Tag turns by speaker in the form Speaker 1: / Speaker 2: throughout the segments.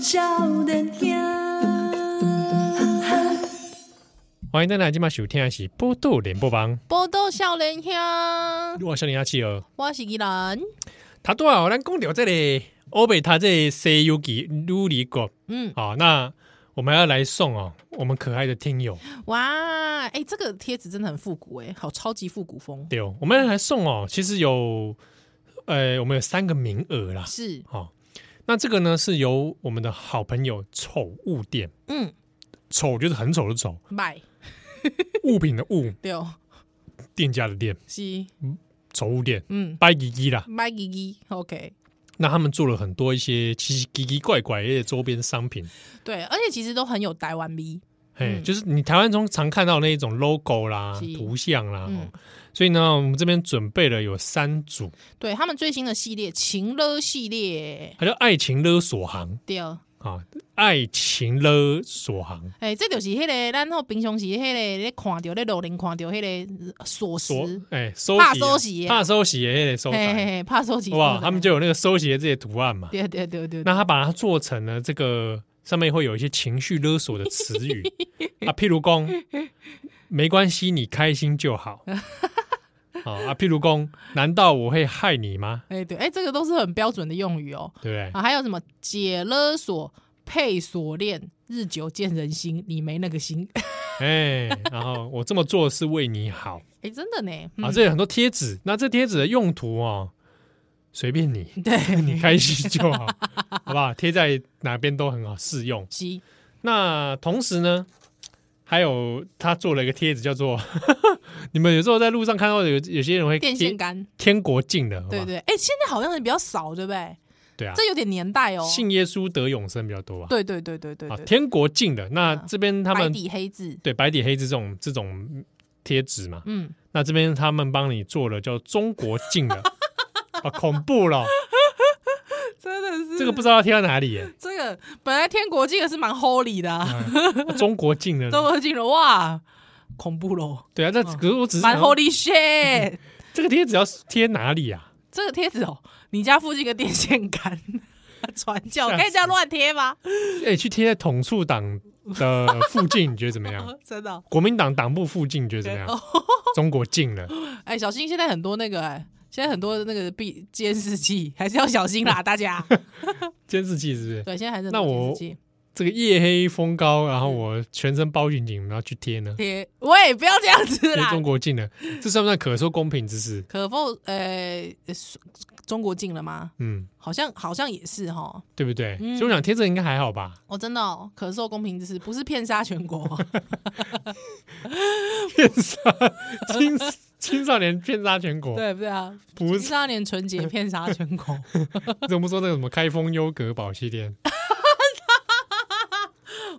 Speaker 1: 少年兄。
Speaker 2: 欢迎大家今晚收听的是波豆联播帮，
Speaker 3: 波多少年兄，
Speaker 2: 我少年阿七哦，
Speaker 3: 我是伊人。
Speaker 2: 他多少咱讲到这里，欧北他这 C U G 卢里国，
Speaker 3: 嗯，
Speaker 2: 好，那我们要来送哦，我们可爱的听友，
Speaker 3: 哇，哎、这个贴纸真的很复古哎、好超级复古风。
Speaker 2: 对哦，我们来送哦，其实有，呃，我们有三个名额啦，
Speaker 3: 是，
Speaker 2: 好、那这个呢是由我们的好朋友丑物店，
Speaker 3: 嗯，
Speaker 2: 丑就是很丑的丑，
Speaker 3: 买
Speaker 2: 物品的物，
Speaker 3: 对，哦
Speaker 2: 店家的店，
Speaker 3: 是，
Speaker 2: 丑物店，
Speaker 3: 嗯，
Speaker 2: 拜吉吉啦，
Speaker 3: 买吉吉，OK。
Speaker 2: 那他们做了很多一些奇奇奇奇怪怪的周边商品。
Speaker 3: 对，而且其实都很有台湾味。
Speaker 2: 哎，
Speaker 3: 嗯
Speaker 2: 就是你台湾中常看到那一种 logo 啦、
Speaker 3: 是
Speaker 2: 图像啦，
Speaker 3: 嗯
Speaker 2: 哦所以呢，我们这边准备了有三组，
Speaker 3: 对他们最新的系列“情勒”系列，
Speaker 2: 它叫“爱情勒索行
Speaker 3: 对，哎、”
Speaker 2: 啊，“爱情勒索行
Speaker 3: 欸这就是迄、个咱吼平常时迄、个咧看到咧路顶看到迄个锁”，
Speaker 2: 索
Speaker 3: 匙，
Speaker 2: 哎收
Speaker 3: 怕
Speaker 2: 集
Speaker 3: 收集
Speaker 2: 怕收洗哎收
Speaker 3: 嘿嘿
Speaker 2: 台，
Speaker 3: 嘿，怕收集
Speaker 2: 哇，他们就有那个收集的这些图案嘛，
Speaker 3: 对对对对，
Speaker 2: 那他把它做成了这个上面会有一些情绪勒索的词 语啊，譬如公没关系，你开心就 好。啊啊！譬如公，难道我会害你吗？
Speaker 3: 哎、对，哎、这个都是很标准的用语哦。
Speaker 2: 对不对？
Speaker 3: 啊，还有什么解勒索、配锁链，日久见人心，你没那个心。
Speaker 2: 哎，然后我这么做是为你好
Speaker 3: 哎、真的呢，嗯
Speaker 2: 啊！这有很多贴纸，那这贴纸的用途哦，随便你，
Speaker 3: 对，
Speaker 2: 你开心就好，好不好？贴在哪边都很好适用。
Speaker 3: 西
Speaker 2: 那同时呢，还有他做了一个贴纸，叫做 你们有时候在路上看到有有些人会
Speaker 3: 电
Speaker 2: 贴
Speaker 3: 线杆，
Speaker 2: 天国境的，好吧
Speaker 3: 对对，哎、现在好像也比较少，对不对？
Speaker 2: 对啊，
Speaker 3: 这有点年代哦。
Speaker 2: 信耶稣得永生比较多吧？
Speaker 3: 对对对对对
Speaker 2: 啊，
Speaker 3: 对，
Speaker 2: 天国境的那
Speaker 3: 嗯
Speaker 2: 这边他
Speaker 3: 白
Speaker 2: 们
Speaker 3: 底黑字，
Speaker 2: 对白底黑字这种这种贴纸嘛，
Speaker 3: 嗯，
Speaker 2: 那这边他们帮你做了叫中国境 的，啊，恐怖了，
Speaker 3: 真的是
Speaker 2: 这个不知道要贴到哪里耶、
Speaker 3: 这个本来天国这个是蛮 holy 的、啊，
Speaker 2: 啊中国境的，
Speaker 3: 中国进了哇，恐怖咯，
Speaker 2: 对啊，那可是我只是
Speaker 3: 蛮
Speaker 2: 想说
Speaker 3: holy shit。
Speaker 2: 这个贴纸要贴哪里啊？
Speaker 3: 这个贴纸哦，你家附近的电线杆 传教
Speaker 2: 吓
Speaker 3: 可以这样乱贴吗？
Speaker 2: 哎、去贴在统促党的附近，你觉得怎么样？
Speaker 3: 真的哦、哦
Speaker 2: 国民党党部附近，你觉得怎么啊样？中国境了，
Speaker 3: 哎，小心！现在很多那个、哎，现在很多那个闭监视器， 还是要小 心啦，大家。
Speaker 2: 监视器是不是？
Speaker 3: 对，现在还是很
Speaker 2: 那
Speaker 3: 多
Speaker 2: 我
Speaker 3: 监视器
Speaker 2: 这个夜黑风高，然后我全身包紧紧，然后去贴呢？
Speaker 3: 贴，喂，不要这样子
Speaker 2: 贴
Speaker 3: 啦
Speaker 2: 中。国境了，这算不算可说公平之事？
Speaker 3: 可否呃，中国禁了吗？
Speaker 2: 嗯，
Speaker 3: 好像好像也是哈。
Speaker 2: 对不对？
Speaker 3: 嗯
Speaker 2: 所以我想贴这个应该还好吧？
Speaker 3: 哦，真的哦，可受公平之事，不是骗杀全 国哦。
Speaker 2: 骗杀 青青少年骗杀全国，
Speaker 3: 对不对啊？
Speaker 2: 不
Speaker 3: 青
Speaker 2: 是
Speaker 3: 少年纯洁骗杀全国。
Speaker 2: 你怎么不说那个什么开封优格宝气 垫？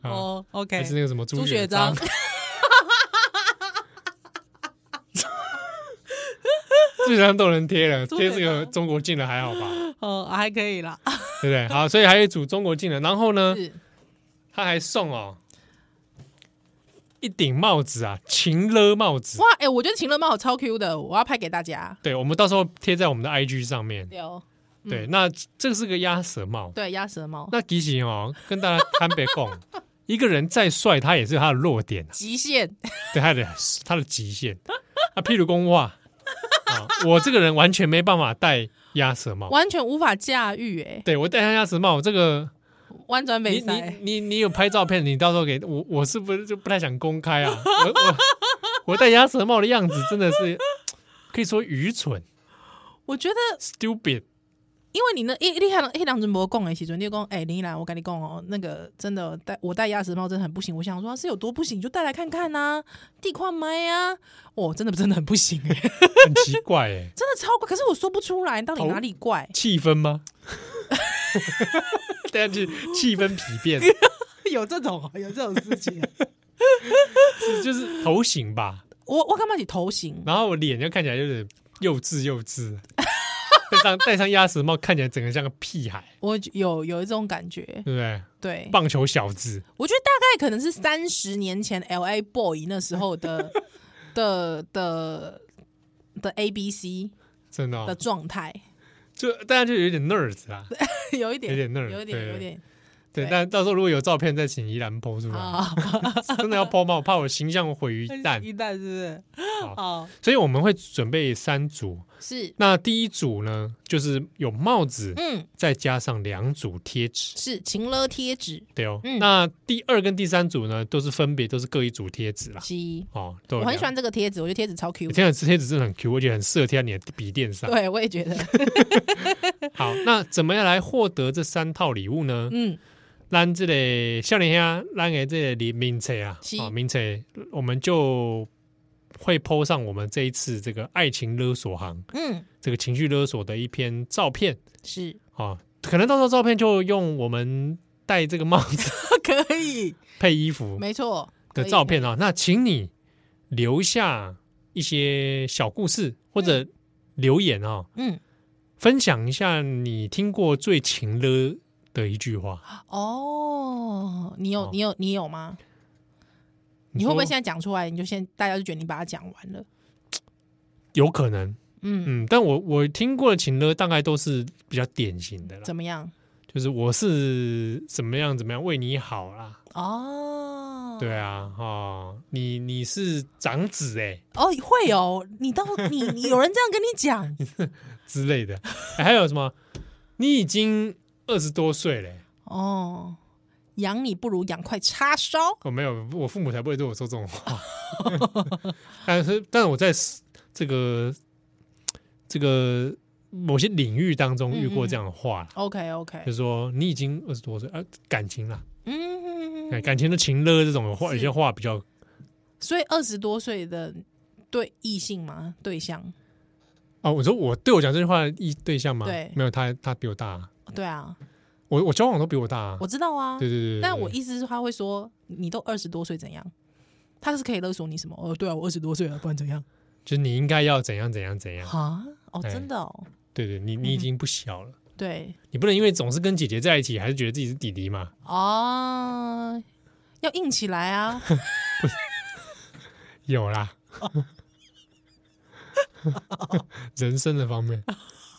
Speaker 2: 啊
Speaker 3: 哦，OK，
Speaker 2: 还是那个什么朱
Speaker 3: 朱
Speaker 2: 雪
Speaker 3: 雪
Speaker 2: 章
Speaker 3: 章？
Speaker 2: 朱雪章都能贴了，
Speaker 3: 朱
Speaker 2: 贴
Speaker 3: 雪
Speaker 2: 这个中国进了还好吧？
Speaker 3: 哦，还可以啦。
Speaker 2: 对不对？好，所以还有一组中国进了，然后呢，
Speaker 3: 是
Speaker 2: 他还送哦一顶帽子啊，情勒帽子。
Speaker 3: 哇，哎、我觉得情乐帽超 Q 的，我要拍给大家。
Speaker 2: 对，我们到时候贴在我们的 IG 上面。
Speaker 3: 对哦，
Speaker 2: 对，那这是个鸭舌帽。
Speaker 3: 对，鸭舌帽，
Speaker 2: 那其实哦，跟大家摊白讲，一个人再帅，他也是有他的弱点啊，
Speaker 3: 极限，
Speaker 2: 对他的他的极限。啊，譬如公话啊，我这个人完全没办法戴鸭舌帽。
Speaker 3: 完全无法驾驭、哎，
Speaker 2: 对我戴上鸭舌帽，我这个
Speaker 3: 弯转北
Speaker 2: 你
Speaker 3: 塞
Speaker 2: 你，你你有拍照片，你到时候给我，我是不是就不太想公开啊？我我我戴鸭舌帽的样子真的是可以说愚蠢
Speaker 3: 我觉得，
Speaker 2: ，stupid。
Speaker 3: 因为你那一一两一两只魔供哎，其中你就讲哎，林依兰，我跟你讲哦，那个真的戴我戴鸭舌帽真的很不行。我想说是有多不行，你就戴来看看呐、地矿麦啊，哦，真的真的很不行 哎、
Speaker 2: 很奇怪哎、
Speaker 3: 真的超怪，可是我说不出来到底哪里怪，
Speaker 2: 气氛吗？ 对啊，气气氛疲变，
Speaker 3: 有这种有这种事情、
Speaker 2: 是就是头型吧，
Speaker 3: 我我干嘛起头型？
Speaker 2: 然后我脸就看起来有点幼稚幼稚，戴上戴上鸭舌帽，看起来整个像个屁孩，
Speaker 3: 我有有一种感觉，
Speaker 2: 对不对？
Speaker 3: 对，
Speaker 2: 棒球小子，
Speaker 3: 我觉得大概可能是三十年前 L A Boy 那时候 的的的的 A B C
Speaker 2: 真的、
Speaker 3: 的
Speaker 2: 哦，
Speaker 3: 状态，
Speaker 2: 就大家就有点 nerd 啦，
Speaker 3: 有一
Speaker 2: 啊
Speaker 3: 点，
Speaker 2: 有点那儿
Speaker 3: 有一
Speaker 2: 对
Speaker 3: 点，有一点。
Speaker 2: 对，
Speaker 3: 对
Speaker 2: 但到时候如果有照片，再请宜兰 PO 出来。
Speaker 3: 啊，哎
Speaker 2: 真的要 PO 吗？我怕我形象毁于一旦，
Speaker 3: 一旦是不是？
Speaker 2: 好
Speaker 3: 哦，
Speaker 2: 所以我们会准备三组。
Speaker 3: 是，
Speaker 2: 那第一组呢，就是有帽子，
Speaker 3: 嗯，
Speaker 2: 再加上两组贴纸，
Speaker 3: 是晴乐贴纸
Speaker 2: 对哦。
Speaker 3: 嗯
Speaker 2: 那第二跟第三组呢，都是分别都是各一组贴纸啦。
Speaker 3: 机，
Speaker 2: 哦，都有
Speaker 3: 我很
Speaker 2: 两
Speaker 3: 喜欢这个贴纸，我觉得贴纸超 Q
Speaker 2: 我。天啊，这贴纸真的很 Q，而且很适合贴在你的笔垫上。
Speaker 3: 对，我也觉得，
Speaker 2: 好，那怎么样来获得这三套礼物呢？
Speaker 3: 嗯，
Speaker 2: 咱这个少年兄，咱的这个名册啊
Speaker 3: 是，
Speaker 2: 啊名册，我们就会 PO 上我们这一次这个爱情勒索行
Speaker 3: 嗯，
Speaker 2: 这个情绪勒索的一篇照片
Speaker 3: 是
Speaker 2: 啊，可能到时候照片就用我们戴这个帽子
Speaker 3: 可以，
Speaker 2: 配衣服
Speaker 3: 没错
Speaker 2: 的照，片啊。那请你留下一些小故事或
Speaker 3: 嗯
Speaker 2: 者留言啊、
Speaker 3: 可以可以嗯，
Speaker 2: 分享一下你听过最情勒的一句
Speaker 3: 啊
Speaker 2: 话。
Speaker 3: 哦，你有
Speaker 2: 哦
Speaker 3: 你有你有吗？你会不会
Speaker 2: 说
Speaker 3: 现在讲出来，你就先大家就觉得你把它讲完了？
Speaker 2: 有可能？
Speaker 3: 嗯，
Speaker 2: 嗯，但我我听过的情勒大概都是比较典型的啦，
Speaker 3: 怎么样？
Speaker 2: 就是我是怎么样怎么样为你好啦，
Speaker 3: 哦，
Speaker 2: 对啊，哦，你你是长子哎、
Speaker 3: 哦，会有你到你你有人这样跟你 讲
Speaker 2: 之类的， 哎还有什么？你已经二十多岁欸嘞、
Speaker 3: 哦，养你不如养块叉烧，
Speaker 2: 我、哦没有，我父母才不会对我说这种话。 但是，但是我在 s- 这个这个某些领域当中遇
Speaker 3: 嗯
Speaker 2: 过这样的话啦，
Speaker 3: OK OK，
Speaker 2: 就是说你已经二十多岁，啊，感情啦，
Speaker 3: 嗯，
Speaker 2: 哎感情的情勒这种话，
Speaker 3: 是
Speaker 2: 有些话比较
Speaker 3: 所以二十多岁的对异性嘛对象，
Speaker 2: 啊，我说我对我讲这句话的意对象吗？
Speaker 3: 对
Speaker 2: 没有，他他比我大啊，
Speaker 3: 对啊，
Speaker 2: 我我交往都比我大啊，
Speaker 3: 我知道啊，
Speaker 2: 对对对对，
Speaker 3: 但我
Speaker 2: 对
Speaker 3: 意思是他会说你都二十多岁怎样？他是可以勒索你什么？哦，对啊，我二十多岁了，不然怎样？
Speaker 2: 就是你应该要怎样怎样怎样，
Speaker 3: 啊，哦，
Speaker 2: 哎
Speaker 3: 真的哦，
Speaker 2: 对对，你你已经不小了，
Speaker 3: 对
Speaker 2: 你不能因为总是跟姐姐在一起，还是觉得自己是弟弟嘛，
Speaker 3: 哦，要硬起来 啊！
Speaker 2: 有啦， 人生的方 面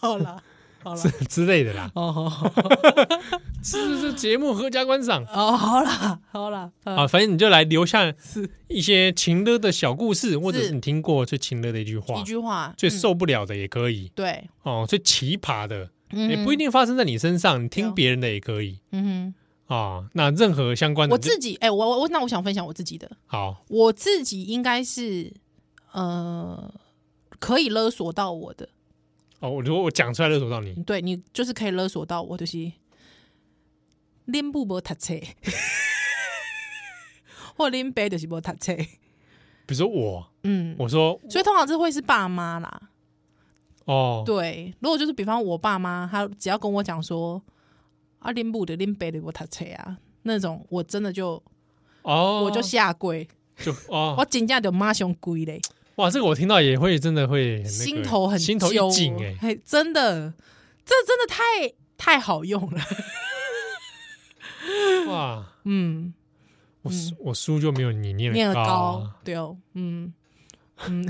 Speaker 3: 好啦，好啦
Speaker 2: 之，之类的啦，
Speaker 3: 哦，好好
Speaker 2: 是不是节目合家观赏
Speaker 3: 哦，好啦，好啦，呃
Speaker 2: 啊？反正你就来留下
Speaker 3: 是
Speaker 2: 一些情乐的小故事，或者
Speaker 3: 是
Speaker 2: 是你听过最情乐的一句话
Speaker 3: 一，句话
Speaker 2: 最
Speaker 3: 嗯
Speaker 2: 受不了的也可以
Speaker 3: 对，
Speaker 2: 哦，最奇葩的也
Speaker 3: 嗯
Speaker 2: 不一
Speaker 3: 定，
Speaker 2: 定发生在你身上，你
Speaker 3: 对
Speaker 2: 听
Speaker 3: 哦
Speaker 2: 别人的也可以
Speaker 3: 嗯
Speaker 2: 啊。那任何相关
Speaker 3: 哼，
Speaker 2: 的，
Speaker 3: 我自己，哎，我我我，那我想分享我自己的，
Speaker 2: 好
Speaker 3: 我自己应该是呃可以勒索到我的，
Speaker 2: 哦，我如果我讲出来勒索到你，
Speaker 3: 对你就是可以勒索到我，就是拎布无读册， 或拎杯就是无读册，
Speaker 2: 比如说我，
Speaker 3: 嗯，
Speaker 2: 我说
Speaker 3: 所以通常这会是爸妈啦，
Speaker 2: 哦，
Speaker 3: 对，如果就是比方我爸妈，他只要跟我讲说啊拎布的拎杯的无读册啊。那种我真的就
Speaker 2: 哦，
Speaker 3: 我就下跪，
Speaker 2: 就哦
Speaker 3: 我，真正就马上跪嘞，
Speaker 2: 哇，这个我听到也会真的会很哎那个
Speaker 3: 心头很
Speaker 2: 心头
Speaker 3: 揪
Speaker 2: 一紧
Speaker 3: 哦
Speaker 2: 哎、
Speaker 3: 嘿真的，这真的太太好用了。
Speaker 2: 哇，
Speaker 3: 嗯，
Speaker 2: 我书、我书就没有你念
Speaker 3: 念
Speaker 2: 的
Speaker 3: 得
Speaker 2: 高
Speaker 3: 高
Speaker 2: 啊，，
Speaker 3: 对哦，嗯嗯，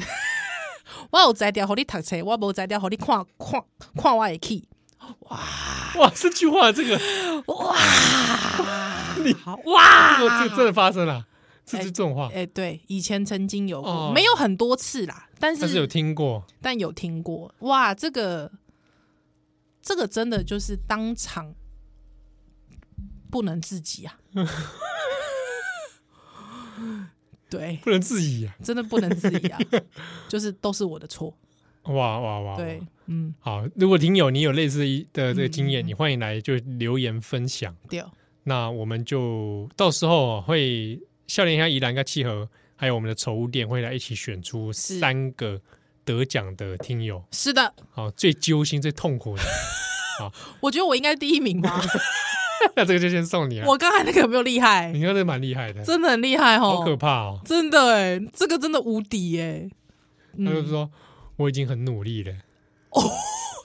Speaker 3: 我有才调，互你读册，我无才调，互你看看看我的气，
Speaker 2: 哇，这句话这个
Speaker 3: 哇
Speaker 2: 这个这个
Speaker 3: 哇！
Speaker 2: 真的发生了，这
Speaker 3: 啊哎
Speaker 2: 这这种话，
Speaker 3: 哎、对，以前曾经有过，
Speaker 2: 哦
Speaker 3: 没有很多次啦，但
Speaker 2: 但
Speaker 3: 是
Speaker 2: 是有听过，
Speaker 3: 但有听过，哇，这个这个真的就是当场不能自己 啊，对，
Speaker 2: 不能自已啊，
Speaker 3: 真的不能自己 啊，就是都是我的错，
Speaker 2: 哇哇哇，哇
Speaker 3: 对，嗯，
Speaker 2: 好，如果听友你有类似一的这个经验，你欢迎来就留言分享，
Speaker 3: 对，
Speaker 2: 那我们就到时候哦会笑脸下宜兰跟契合，还有我们的宠物店会来一起选出
Speaker 3: 是
Speaker 2: 三个得奖的听友，
Speaker 3: 是的，
Speaker 2: 好，最揪心、最痛苦的，
Speaker 3: 我觉得我应该第一名吧，
Speaker 2: 那这个就先送你了。
Speaker 3: 我刚才那个有没有厉害
Speaker 2: 啊你？看这蛮厉害的，
Speaker 3: 真的很厉害
Speaker 2: 好可
Speaker 3: 哦，
Speaker 2: 怕哦！
Speaker 3: 真的哎，这个真的无敌哎，
Speaker 2: 他就说我已经很努力了，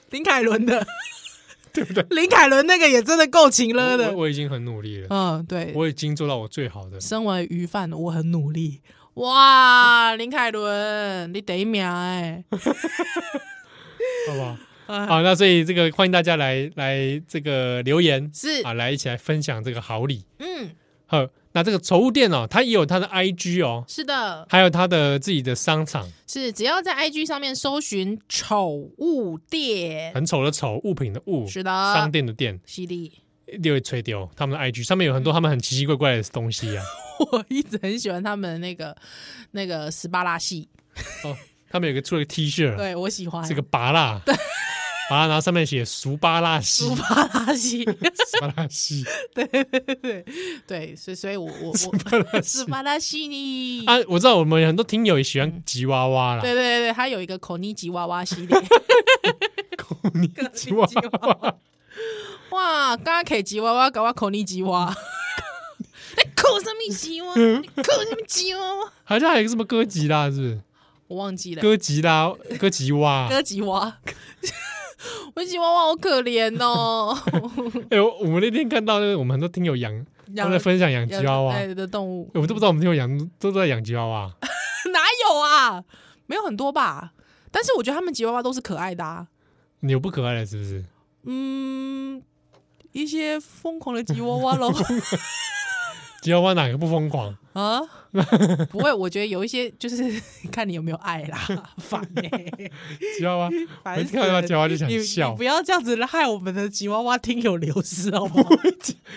Speaker 3: 林凯伦的，
Speaker 2: 对不对？
Speaker 3: 林凯伦那个也真的够勤了
Speaker 2: 我我
Speaker 3: 的，
Speaker 2: 我已经很努力了，
Speaker 3: 嗯，对，
Speaker 2: 我已经做到我最好的。
Speaker 3: 身为鱼贩，我很努力。哇，林凯伦，你第一名哎、
Speaker 2: 好不好？
Speaker 3: 啊，
Speaker 2: 好，那所以这个欢迎大家来来这个留言
Speaker 3: 是，
Speaker 2: 啊，来一起来分享这个好礼。
Speaker 3: 嗯，
Speaker 2: 呵，那这个宠物店哦，它也有它的 IG 哦，
Speaker 3: 是的，
Speaker 2: 还有它的自己的商场，
Speaker 3: 是，只要在 IG 上面搜寻宠物店，
Speaker 2: 很丑的丑，物品的物，
Speaker 3: 是
Speaker 2: 商
Speaker 3: 的，
Speaker 2: 店的店，
Speaker 3: 犀利，
Speaker 2: 就会吹丢他们的 IG 上面有
Speaker 3: 嗯
Speaker 2: 很多他们很奇奇怪怪的东西啊。
Speaker 3: 我一直很喜欢他们的那个那个斯巴拉系，
Speaker 2: 哦，他们有个出了个 T 恤，
Speaker 3: 对我喜欢
Speaker 2: 是个拔蜡，拔蜡，然后上面写“俗巴拉西
Speaker 3: 斯”，巴 拉系，
Speaker 2: 俗巴拉西
Speaker 3: 对，所以所以我我
Speaker 2: 巴 拉
Speaker 3: 我
Speaker 2: 西
Speaker 3: 斯巴拉系呢，
Speaker 2: 啊！我知道我们有很多听友也喜欢吉娃娃啦，
Speaker 3: 嗯对对对对，它有一个口尼吉娃娃系列，
Speaker 2: 你吉娃娃，
Speaker 3: 哇，刚刚可以吉娃娃，搞我口尼吉娃。你扣什么吉娃？你扣什么吉娃娃？
Speaker 2: 好像还有一个什么哥吉拉，是不是？
Speaker 3: 我忘记了。
Speaker 2: 哥吉拉，哥吉 娃，
Speaker 3: 哥吉娃，我吉娃娃好可怜哦，
Speaker 2: 哎、我我们那天看到那个，我们很多听友养， 他们在分享养吉娃娃，
Speaker 3: 哎的动物
Speaker 2: 我们都不知道我们听友养都在养吉娃娃，
Speaker 3: 哪有啊？没有很多吧？但是我觉得他们吉娃娃都是可爱的啊，
Speaker 2: 你有不可爱了是不是？
Speaker 3: 嗯，一些疯狂的吉娃 娃喽
Speaker 2: 吉娃娃哪个不疯狂？
Speaker 3: 啊，不会，我觉得有一些就是 看你有没有爱啦，烦哎、
Speaker 2: 吉娃娃，
Speaker 3: 烦
Speaker 2: 每次
Speaker 3: 死
Speaker 2: 看到
Speaker 3: 了
Speaker 2: 吉娃娃就想
Speaker 3: 你
Speaker 2: 笑
Speaker 3: 你不。要这样子害我们的吉娃娃听友流失好不好？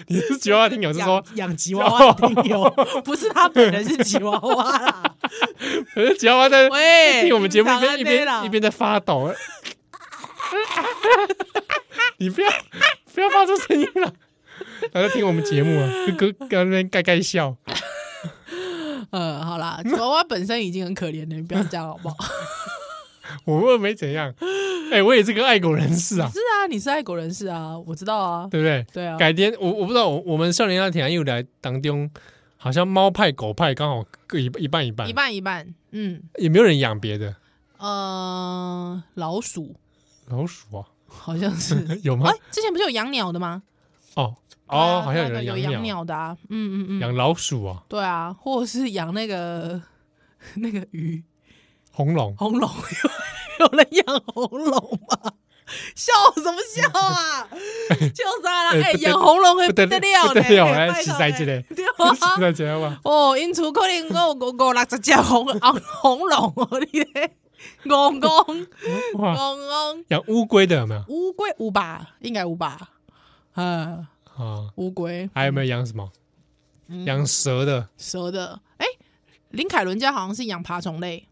Speaker 2: 你是 吉娃娃听友是
Speaker 3: 养
Speaker 2: 说，哦
Speaker 3: 养吉娃娃的听友，不是他本人是吉娃娃 啦。
Speaker 2: 可是吉娃娃在
Speaker 3: 喂，
Speaker 2: 听我们节目一边一
Speaker 3: 你们讲安内
Speaker 2: 边
Speaker 3: 啦
Speaker 2: 一边在发抖。 你不要不要发出声音了，然后在听我们节目啊，哥哥在那边盖盖笑。
Speaker 3: 呃，好啦，吉娃娃本身已经很可怜了，你不要这样好不好？
Speaker 2: 我又没怎样，哎、我也是个爱狗人士啊，
Speaker 3: 是啊，你是爱狗人士啊，我知道啊，
Speaker 2: 对不对？
Speaker 3: 对啊，
Speaker 2: 改天我我不知道，我我们少年那天又来当中，好像猫派狗派刚好各一一半一半，
Speaker 3: 一半一半，嗯，
Speaker 2: 也没有人养别的
Speaker 3: 呃，老鼠
Speaker 2: 老鼠啊，
Speaker 3: 好像是，
Speaker 2: 有吗
Speaker 3: 哎？，之前不是有养鸟的吗？
Speaker 2: 哦哦，
Speaker 3: 对啊
Speaker 2: 好像有
Speaker 3: 对啊
Speaker 2: 人
Speaker 3: 有
Speaker 2: 养鸟，
Speaker 3: 鸟的啊，嗯嗯嗯，
Speaker 2: 养老鼠啊，
Speaker 3: 对啊，或者是养那个 那个鱼，
Speaker 2: 红 龙
Speaker 3: 红龙有人养红龙吗？笑什么 笑啊？就算
Speaker 2: 哎
Speaker 3: 了，哎，
Speaker 2: 不得
Speaker 3: 养红龙会
Speaker 2: 不
Speaker 3: 不
Speaker 2: 得
Speaker 3: 得
Speaker 2: 不
Speaker 3: 了
Speaker 2: 得
Speaker 3: 呢，
Speaker 2: 了
Speaker 3: 哎
Speaker 2: 哎
Speaker 3: 拜
Speaker 2: 洗
Speaker 3: 托
Speaker 2: 菜
Speaker 3: 呢
Speaker 2: 这个
Speaker 3: 对 啊。
Speaker 2: 在讲嘛，
Speaker 3: 哦，因厝可能我有五五六十只红红红龙哦，你咧，戆戆
Speaker 2: 哇，
Speaker 3: 戆戆，
Speaker 2: 养乌龟的有没有
Speaker 3: 乌龟有吧？应该有吧？嗯，
Speaker 2: 啊？
Speaker 3: 乌龟
Speaker 2: 还有没有养什么？
Speaker 3: 嗯
Speaker 2: 养蛇的
Speaker 3: 蛇的，哎，林凯伦家好像是养爬虫类，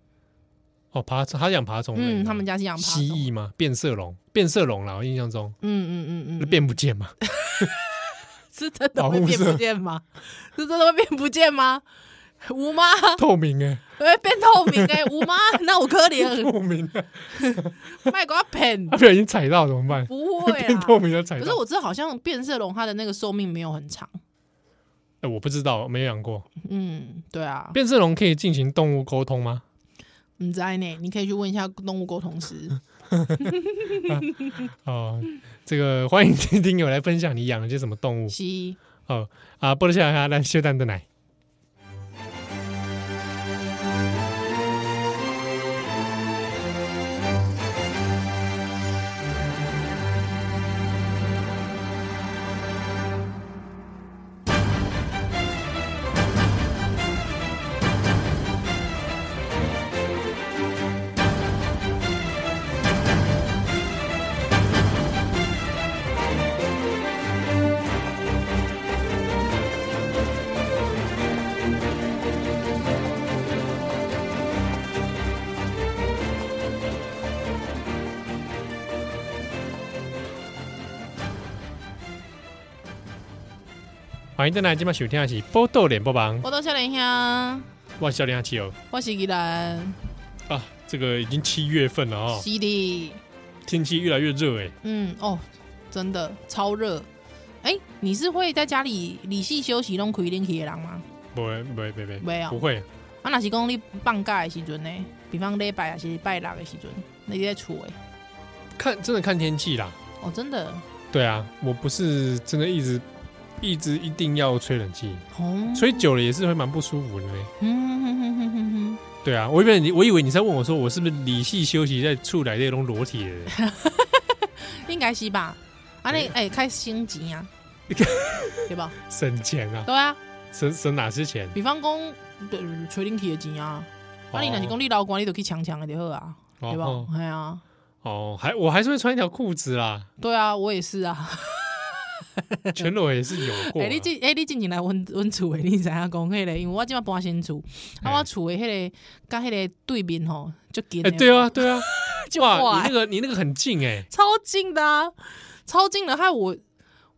Speaker 2: 哦，爬虫他养爬虫类的，啊
Speaker 3: 嗯，他们家是养爬虫
Speaker 2: 蜥，蜴吗？变色龙，变色龙啦，我印象中
Speaker 3: 嗯嗯嗯嗯，
Speaker 2: 变不见嘛，
Speaker 3: 是真的会变不见吗？是真的会变不见吗？吴妈
Speaker 2: 透明哎，
Speaker 3: 会变透明 哎、欸，吴妈，那我可怜，
Speaker 2: 透明的，
Speaker 3: 卖给我骗，
Speaker 2: 他不小心踩到怎么办？
Speaker 3: 不 会
Speaker 2: 变
Speaker 3: 啦。
Speaker 2: 透明啊的踩
Speaker 3: 啊可
Speaker 2: 到，
Speaker 3: 是我知道，好像变色龙它的那个寿命没有很长。
Speaker 2: 哎，我不知道，没养过。
Speaker 3: 嗯，对啊，
Speaker 2: 变色龙可以进行动物沟通吗？
Speaker 3: 你在呢，你可以去问一下动物沟通师。
Speaker 2: 哦、这个欢迎听听友来分享你养了些什么动物
Speaker 3: 西，
Speaker 2: 哦啊！波多笑哈来修蛋的奶，欢迎蛋奶，今晚收听的是波豆脸波帮，
Speaker 3: 我到笑脸乡，
Speaker 2: 哇，笑脸阿七哦
Speaker 3: 我是依兰，
Speaker 2: 啊！这个已经七月份了哦，
Speaker 3: 西的，
Speaker 2: 天气越来越热哎，
Speaker 3: 嗯，哦，真的超热。哎、你是会在家里理性休息弄可以练体的人吗？
Speaker 2: 不会不会不会
Speaker 3: 没有
Speaker 2: 不会，
Speaker 3: 啊，若是讲你放假的时阵呢，比方礼拜还是拜六的时阵，你在厝诶。
Speaker 2: 看真的看天气啦。
Speaker 3: 哦，真的，
Speaker 2: 对啊，我不是真的一直一直一定要吹冷气，
Speaker 3: 哦，
Speaker 2: 吹久了也是会蛮不舒服的呢。
Speaker 3: 嗯哼哼哼哼哼
Speaker 2: 对啊，我以为你我以为你在问我说我是不是理系休息在处来这种裸体的人。
Speaker 3: 应该是吧？啊，那哎、开省钱啊，对吧？
Speaker 2: 省钱啊，
Speaker 3: 对啊，
Speaker 2: 省省哪些钱？
Speaker 3: 比方讲，对，吹冷气的钱啊，啊，你若是
Speaker 2: 哦
Speaker 3: 讲你老官，你就去强强的就好啊，对吧
Speaker 2: 哦？
Speaker 3: 哎啊，
Speaker 2: 哦，还我还是会穿一条裤子 啦，
Speaker 3: 对啊，我也是啊。
Speaker 2: 全裸也是有过啊
Speaker 3: 哎、
Speaker 2: 啦。
Speaker 3: 你进哎、你进前来阮阮厝的，你知影讲迄个？因为我即摆搬新厝，啊，
Speaker 2: 哎
Speaker 3: 我厝的迄、个甲迄个对面吼，就近的
Speaker 2: 哎，对 啊，对啊，
Speaker 3: 就
Speaker 2: 哇，
Speaker 3: 哇
Speaker 2: 你那，个你那个很近哎，
Speaker 3: 超近的啊，超近的，害我。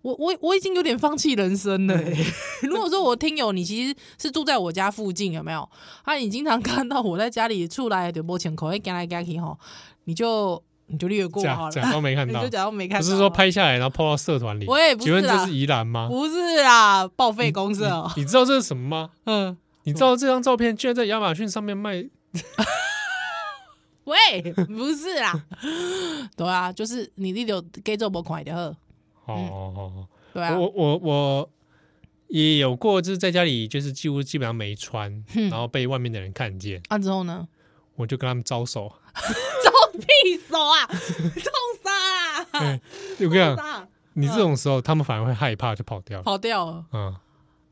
Speaker 3: 我我我已经有点放弃人生了、欸。 如果说我听友你其实是住在我家附近，有没有？啊，你经常看到我在家里出来就摸钱口，会干来干去吼，你就你就略过好
Speaker 2: 假 假
Speaker 3: 了，
Speaker 2: 装没看
Speaker 3: 你
Speaker 2: 到
Speaker 3: 就，假装没看
Speaker 2: 不
Speaker 3: 到。
Speaker 2: 是说，拍下来然后抛到社团里。
Speaker 3: 喂，不
Speaker 2: 请
Speaker 3: 是
Speaker 2: 问这
Speaker 3: 啦
Speaker 2: 是，宜兰吗？
Speaker 3: 不是啦，报废公社哦、
Speaker 2: 你知道这是什么吗？
Speaker 3: 嗯，
Speaker 2: 你知道这张照片居然在亚马逊上面卖？
Speaker 3: 喂，不是啦， 对啊，就是你你有给做不快的呵，
Speaker 2: 哦哦
Speaker 3: 对
Speaker 2: 哦
Speaker 3: 啊
Speaker 2: 哦，，我我我也有过，就是在家里就是几乎基本上没穿，
Speaker 3: 嗯
Speaker 2: 然后被外面的人看见，
Speaker 3: 啊之后呢？
Speaker 2: 我就跟他们招手。
Speaker 3: 中屁 手啊，中啥啊？
Speaker 2: 哎我跟你讲，
Speaker 3: 啊
Speaker 2: 你这种时候他们反而会害怕，就跑掉了。
Speaker 3: 跑掉了，
Speaker 2: 嗯，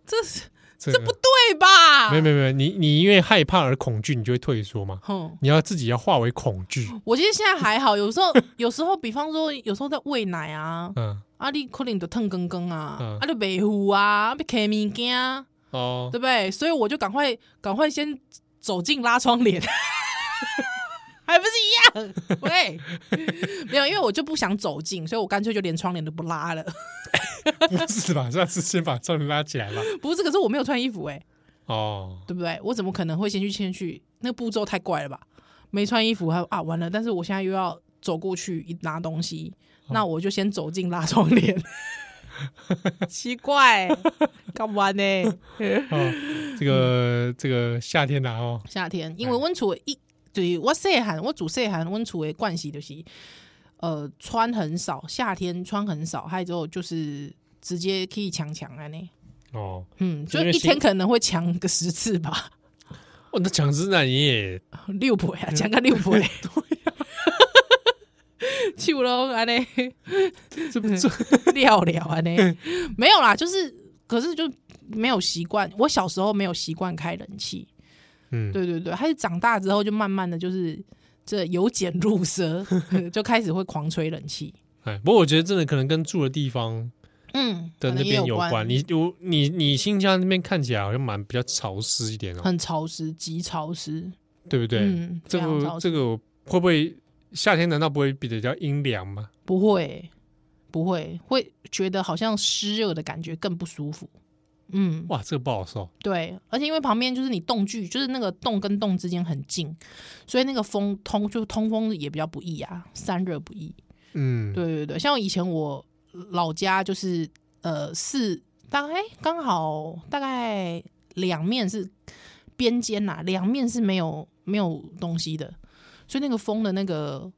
Speaker 3: 这是
Speaker 2: 这不
Speaker 3: 对吧？
Speaker 2: 没有没有没有，你你因为害怕而恐惧，你就会退缩嘛。
Speaker 3: 哼，
Speaker 2: 你要自己要化为恐惧。
Speaker 3: 我其实现在还好，有时候 有时候，比方说有时候在喂奶啊，
Speaker 2: 嗯
Speaker 3: 啊你可能就腾更更啊，
Speaker 2: 嗯
Speaker 3: 啊就白糊啊，被开物件啊，
Speaker 2: 哦
Speaker 3: 对，不对？所以我就赶快赶快先走进拉窗帘。 还不是 一样？喂，没有，因为我就不想走进，所以我干脆就连窗帘都不拉了。
Speaker 2: 不是吧？下次先把窗帘拉起来吧。
Speaker 3: 不是，可是我没有穿衣服哎、
Speaker 2: 哦，
Speaker 3: 对不对？我怎么可能会先去先去？那个步骤太怪了吧？没穿衣服还啊完了，但是我现在又要走过去一拿东西，那我就先走进拉窗帘。奇怪、干嘛呢？
Speaker 2: 哦这个这个夏天啊，哦，
Speaker 3: 夏天，因为阮厝的一对我细汉，我煮细汉，阮厝的惯习就是，呃，穿很少，夏天穿很少，还有之后就是直接可以强强安呢。
Speaker 2: 哦，
Speaker 3: 嗯，
Speaker 2: 就
Speaker 3: 就是
Speaker 2: 因为
Speaker 3: 一
Speaker 2: 新
Speaker 3: 天可能会强个十次吧。
Speaker 2: 我哦那讲真的，你 也
Speaker 3: 六倍
Speaker 2: 嗯
Speaker 3: 啊，讲个六 倍，对呀、 就咯安尼
Speaker 2: 这不这
Speaker 3: 聊聊安尼，
Speaker 2: 嗯
Speaker 3: 没有啦，就是可是就没有习惯，我小时候没有习惯开冷气，
Speaker 2: 嗯，
Speaker 3: 对对对，还是长大之后就慢慢的就是这由俭入奢， 就开始会狂吹冷气，
Speaker 2: 哎，不过我觉得真的可能跟住的地方
Speaker 3: 嗯，
Speaker 2: 的那
Speaker 3: 可能也
Speaker 2: 边有关。
Speaker 3: 关，
Speaker 2: 你我你你新疆那边看起来好像蛮比较潮湿一点哦，
Speaker 3: 很潮湿，极潮湿，
Speaker 2: 对不对？
Speaker 3: 嗯，
Speaker 2: 这
Speaker 3: 非常
Speaker 2: 个
Speaker 3: 潮
Speaker 2: 这
Speaker 3: 湿，
Speaker 2: 个我会不会夏天难道不会比较阴凉吗？
Speaker 3: 不会不会会觉得好像湿热的感觉更不舒服，嗯，
Speaker 2: 哇，这个不好受。
Speaker 3: 对，而且因为旁边就是你栋距，就是那个栋跟栋之间很近，所以那个风通就通风也比较不易啊，散热不易。
Speaker 2: 嗯，
Speaker 3: 对对对，像以前我老家就是呃四大概刚好大概两面是边间呐、两面是没有没有东西的，所以那个风的那个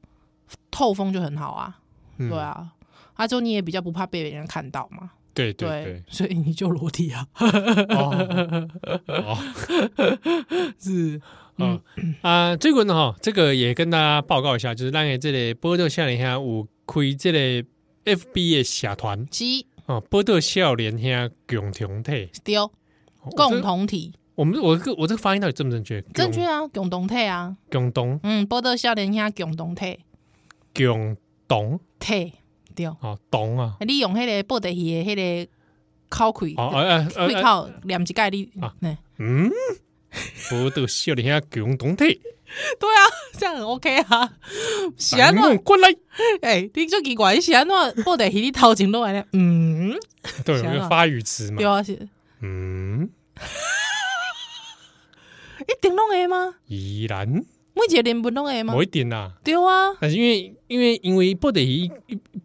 Speaker 3: 透风就很好啊，
Speaker 2: 嗯
Speaker 3: 对，啊，啊之后你也比较不怕被人家看到嘛，
Speaker 2: 对对对，
Speaker 3: 所以你就裸体啊，
Speaker 2: 哦哦
Speaker 3: 是
Speaker 2: 哦啊，最近呢哈，这个也跟大家报告一下，就是咱的这个波特夏莲兄有开这个 FB 的社团
Speaker 3: 鸡
Speaker 2: 啊，波特笑莲兄共同体
Speaker 3: 丢
Speaker 2: 哦我这
Speaker 3: 共同体。
Speaker 2: 我们我这个我这个发音到底正不正确？
Speaker 3: 正确啊，共同体啊，
Speaker 2: 共同
Speaker 3: 嗯，波多少年兄共同体
Speaker 2: 共同
Speaker 3: 体对，啊
Speaker 2: 哦，同啊，
Speaker 3: 你用迄个布袋戏的迄个口气，
Speaker 2: 哦哎哎
Speaker 3: 气
Speaker 2: 哎，
Speaker 3: 口念一盖你
Speaker 2: 啊，
Speaker 3: 嗯
Speaker 2: 嗯，波特笑莲兄共同 体，
Speaker 3: 对啊， 这样很 OK 啊，是安
Speaker 2: 弹
Speaker 3: 怎
Speaker 2: 幕过来，
Speaker 3: 哎，你就奇怪，是安怎布袋戏你头前都安尼，嗯，
Speaker 2: 对，有
Speaker 3: 想
Speaker 2: 一个
Speaker 3: 到
Speaker 2: 发语词嘛
Speaker 3: 对，啊，是，一
Speaker 2: 嗯，
Speaker 3: 定拢会吗？
Speaker 2: 依然
Speaker 3: 每一个人物拢会吗
Speaker 2: 某？一点啦。
Speaker 3: 对啊，
Speaker 2: 但是因为因为因为不得已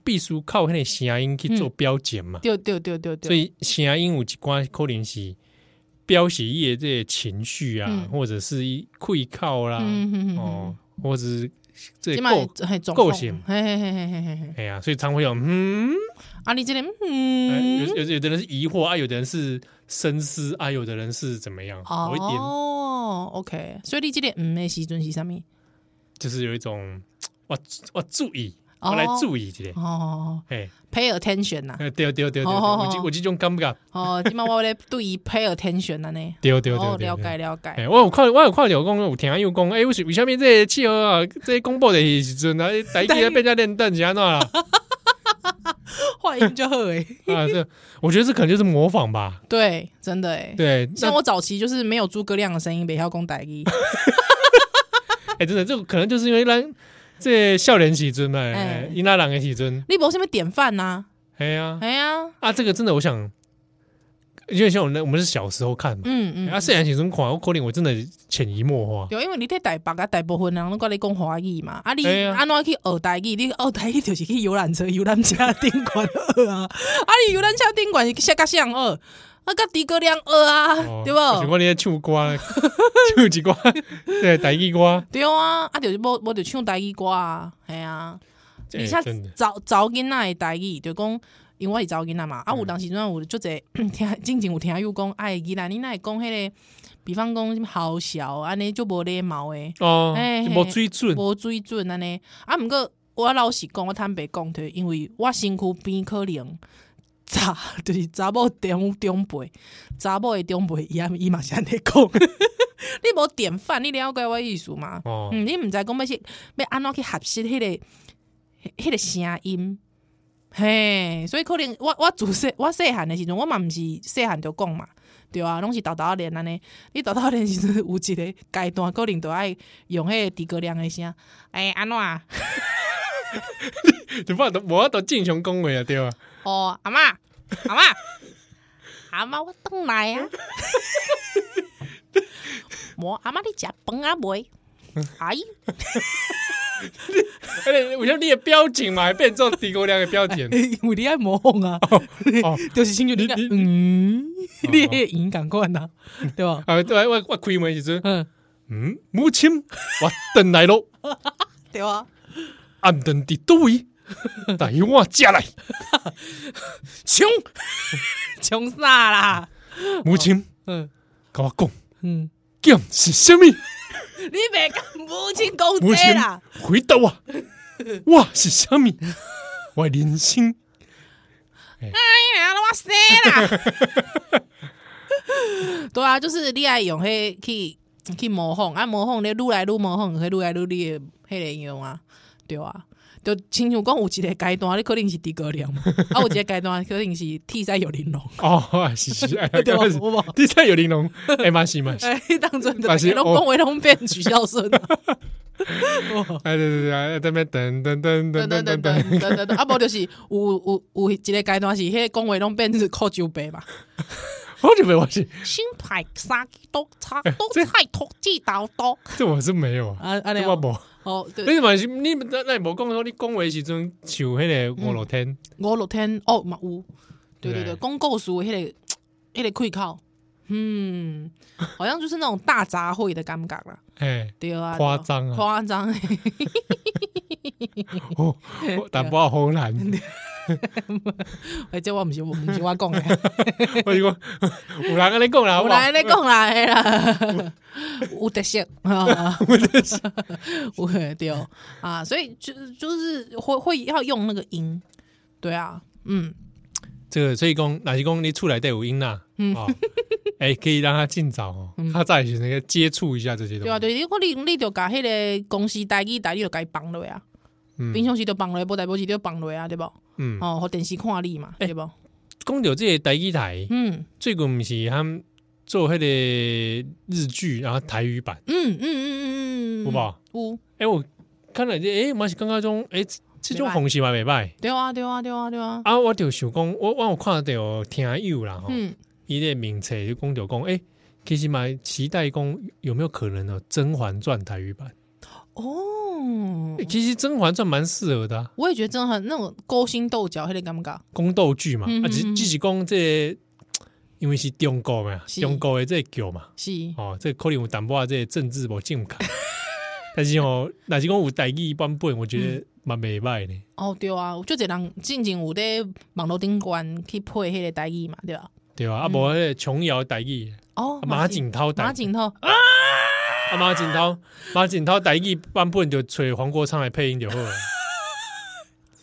Speaker 2: 必须靠那个声音去做
Speaker 3: 嗯
Speaker 2: 标检嘛，
Speaker 3: 对对对对
Speaker 2: 所
Speaker 3: 对，
Speaker 2: 以声音有一寡可能是标写伊的这个情绪啊，
Speaker 3: 嗯
Speaker 2: 或者是愧靠啦，
Speaker 3: 嗯嗯嗯
Speaker 2: 哦
Speaker 3: 嗯，，
Speaker 2: 或者是这
Speaker 3: 起
Speaker 2: 个
Speaker 3: 码
Speaker 2: 够
Speaker 3: 很总
Speaker 2: 够
Speaker 3: 共
Speaker 2: 型
Speaker 3: 嘿嘿嘿嘿嘿嘿，
Speaker 2: 哎呀，所以常会有嗯，
Speaker 3: 啊，你这个
Speaker 2: 哎
Speaker 3: 嗯
Speaker 2: 有。有有的人是疑惑啊，有的人是深思啊，有的人是怎么样，有一点
Speaker 3: 哦，OK，所以你这个嗯的时阵是啥物？
Speaker 2: 就是有一种我我注意我来注意一下。
Speaker 3: 哦
Speaker 2: 哎，
Speaker 3: ，pay attention 呐，
Speaker 2: 呃对对对对，对
Speaker 3: 哦
Speaker 2: 我这我这种感觉，
Speaker 3: 哦，今嘛我咧对伊 pay attention 呐呢，
Speaker 2: 对对
Speaker 3: 哦
Speaker 2: 对，对
Speaker 3: 了。解
Speaker 2: 对
Speaker 3: 了解，
Speaker 2: 哎，我有看，我有看有讲，有听又讲，哎，为什为什么这些企鹅啊，这些公布的时阵啊，台语要被人家练凳是安怎啦？
Speaker 3: 话音就好诶，
Speaker 2: 啊，这我觉得这可能就是模仿吧。
Speaker 3: 对，真的诶。
Speaker 2: 对，
Speaker 3: 像
Speaker 2: 那
Speaker 3: 我早期哎就是没有诸葛亮的声音，北晓讲台语，
Speaker 2: 哎，真的，这个可能就是因为咱这笑脸时阵嘛，
Speaker 3: 哎
Speaker 2: 哎伊那人的时阵，
Speaker 3: 你无什么典范呐？
Speaker 2: 哎呀
Speaker 3: 哎呀，
Speaker 2: 啊，这个真的，我想，因为像我们那我们是小时候看嘛，
Speaker 3: 嗯嗯，
Speaker 2: 啊，笑脸时阵看，我可能我真的潜移默 化。
Speaker 3: 对，因为你伫台北啊，大部分人拢甲你讲华语嘛，啊你
Speaker 2: 哎呀
Speaker 3: 安怎去学台语？你学台语就是去游览车、游览车顶管学啊，啊你游览车顶管是写甲像学，啊甲诸葛亮学啊， 对
Speaker 2: 哦我想
Speaker 3: 无？
Speaker 2: 讲你在唱歌， 唱一歌，对，台语 歌，
Speaker 3: 对啊，啊就是无无就唱台语歌啊，系啊，而
Speaker 2: 哎
Speaker 3: 且
Speaker 2: 真的，
Speaker 3: 早早囡仔的台语就讲。因为我是查某囡仔嘛，
Speaker 2: 嗯
Speaker 3: 啊，有当时阵有就者 听，进前有听有讲，哎，伊啦，你那会讲迄个，比方讲什么好笑，安尼就无礼貌诶。
Speaker 2: 哦
Speaker 3: 哎，
Speaker 2: 无水准，
Speaker 3: 无水准安尼。啊，毋过我老实讲，我坦白讲，就是因为我身躯边可能查就是查某长长辈，查某的长辈伊也伊嘛是安尼讲。 你无典范，你了解我意思吗？
Speaker 2: 哦，
Speaker 3: 嗯，你毋知讲要是要安怎去合适迄、个迄、迄个声音。嘿，所以可能我我自细我细汉的时阵，我嘛毋是细汉就讲嘛，对啊，拢是豆豆仔练安尼。你豆豆仔练的时阵有一个阶段，可能都爱用迄个诸葛亮的声，哎、安怎啊？
Speaker 2: 你不都无都正常讲话啊，对吧？
Speaker 3: 哦，阿嬷阿嬷 阿嬷我倒来啊！无阿嬷你食饭啊袂？哎 阿姨，，
Speaker 2: 而且我觉得你的表情嘛，还变成低姑娘的表 情
Speaker 3: 因为你爱模仿啊。
Speaker 2: 哦，
Speaker 3: 就是亲像你
Speaker 2: 你
Speaker 3: 讲
Speaker 2: 你
Speaker 3: 嗯，你会影感款呐，对吧？
Speaker 2: 啊，对，我我开门时阵，
Speaker 3: 嗯，
Speaker 2: 嗯，母亲，我等来咯，
Speaker 3: 对啊，
Speaker 2: 暗顿伫倒位， 带我家来，
Speaker 3: 穷穷啥啦？
Speaker 2: 母亲，
Speaker 3: 嗯
Speaker 2: 跟我讲，
Speaker 3: 嗯，
Speaker 2: 剑是什 么？
Speaker 3: 你别跟母亲讲
Speaker 2: 母
Speaker 3: 这
Speaker 2: 亲
Speaker 3: 啦，
Speaker 2: 回答 我，我是虾米？我的人生
Speaker 3: 哎呀，我死啦！ 对啊，就是你爱用迄去去模仿，啊模仿你愈来愈模仿，迄愈来愈你的迄个样啊，对啊。就亲像讲有一个阶段，你可能是诸葛亮嘛，啊有一个阶段可能是替塞有玲 珑，
Speaker 2: 哦，是是， 哎，
Speaker 3: 对
Speaker 2: 刚
Speaker 3: 吧
Speaker 2: 开始
Speaker 3: 有无
Speaker 2: 第三有玲珑，哎，嘛是嘛 是，
Speaker 3: 哎，当阵
Speaker 2: 嘛
Speaker 3: 的
Speaker 2: 是
Speaker 3: 拢讲话拢变许孝顺啊，
Speaker 2: 哎，对对对，哎，在那边等等等
Speaker 3: 等
Speaker 2: 等
Speaker 3: 等
Speaker 2: 等等
Speaker 3: 等
Speaker 2: 等，
Speaker 3: 等等等，啊无就是有有有一个阶段是迄讲话拢变成靠酒杯嘛，
Speaker 2: 好久没忘记，
Speaker 3: 新牌三支都差都
Speaker 2: 这
Speaker 3: 菜托记刀刀，
Speaker 2: 这我是没有啊，
Speaker 3: 啊啊
Speaker 2: 这
Speaker 3: 了
Speaker 2: 我，无，
Speaker 3: 哦
Speaker 2: 你
Speaker 3: 对，
Speaker 2: 怎么是你那那无讲说你讲话的时阵像迄个五六天，
Speaker 3: 五六天哦嘛有，对对对，
Speaker 2: 对
Speaker 3: 讲故事迄个迄个开口，嗯，好像就是那种大杂烩的感觉啦，
Speaker 2: 哎，
Speaker 3: 对啊，
Speaker 2: 夸张啊
Speaker 3: 夸张，
Speaker 2: 哦，我淡薄仔好难，
Speaker 3: 哎，这我毋是我毋是我讲的。
Speaker 2: 我是讲 有人跟你讲啦，好
Speaker 3: 有
Speaker 2: 不好
Speaker 3: 来咧讲啦，嘿啦，有特色，啊有特色，对啊，所以就就是会会要用那个音，对啊，嗯，
Speaker 2: 这个所以讲，哪是讲你出来带有音呐？嗯，哦，哎，可以让他尽早 哦，他在那个接触一下这些东西。
Speaker 3: 嗯对啊，对，你你你就甲迄个公司代志代，你就甲伊放落啊，
Speaker 2: 嗯
Speaker 3: 平常时就放落，无代无时就放落啊，对无？
Speaker 2: 嗯，欸
Speaker 3: 哦，互电视看你嘛，对无？
Speaker 2: 讲到这个台语台，
Speaker 3: 嗯
Speaker 2: 最近不是他们做迄个日剧，然后台语版，
Speaker 3: 嗯嗯嗯嗯嗯，
Speaker 2: 有吧？
Speaker 3: 有，
Speaker 2: 哎，我看了这，哎，嘛是刚刚中，哎，这这种风气嘛袂歹。
Speaker 3: 对啊对啊对啊对啊，
Speaker 2: 啊，我就想讲，我我有看到听友啦，吼，
Speaker 3: 嗯，
Speaker 2: 伊个名册就讲到讲，哎，其实嘛期待讲有没有可能哦，《甄嬛传》台语版，
Speaker 3: 哦
Speaker 2: 哎，其实《甄嬛传》蛮适合的啊。
Speaker 3: 我也觉得真的很那种勾心斗角迄个感觉，
Speaker 2: 宫斗剧嘛，
Speaker 3: 嗯
Speaker 2: 啊，
Speaker 3: 嗯
Speaker 2: 只
Speaker 3: 嗯
Speaker 2: 只是讲这个，因为是中国嘛，
Speaker 3: 是
Speaker 2: 中国的这个剧嘛，
Speaker 3: 是。
Speaker 2: 哦，这可能有淡薄仔这个政治无正确， 但是哦，若是讲有台语版本，我觉
Speaker 3: 嗯
Speaker 2: 得蛮袂歹呢。
Speaker 3: 哦，对啊，有就一人进前有咧网络顶悬去配迄个台语嘛，对吧？
Speaker 2: 对吧？啊，无迄个琼瑶台语，
Speaker 3: 哦
Speaker 2: 啊，马景涛台，
Speaker 3: 马景涛，
Speaker 2: 啊马景涛，马景涛台语版本就找黄国昌来配音就好了。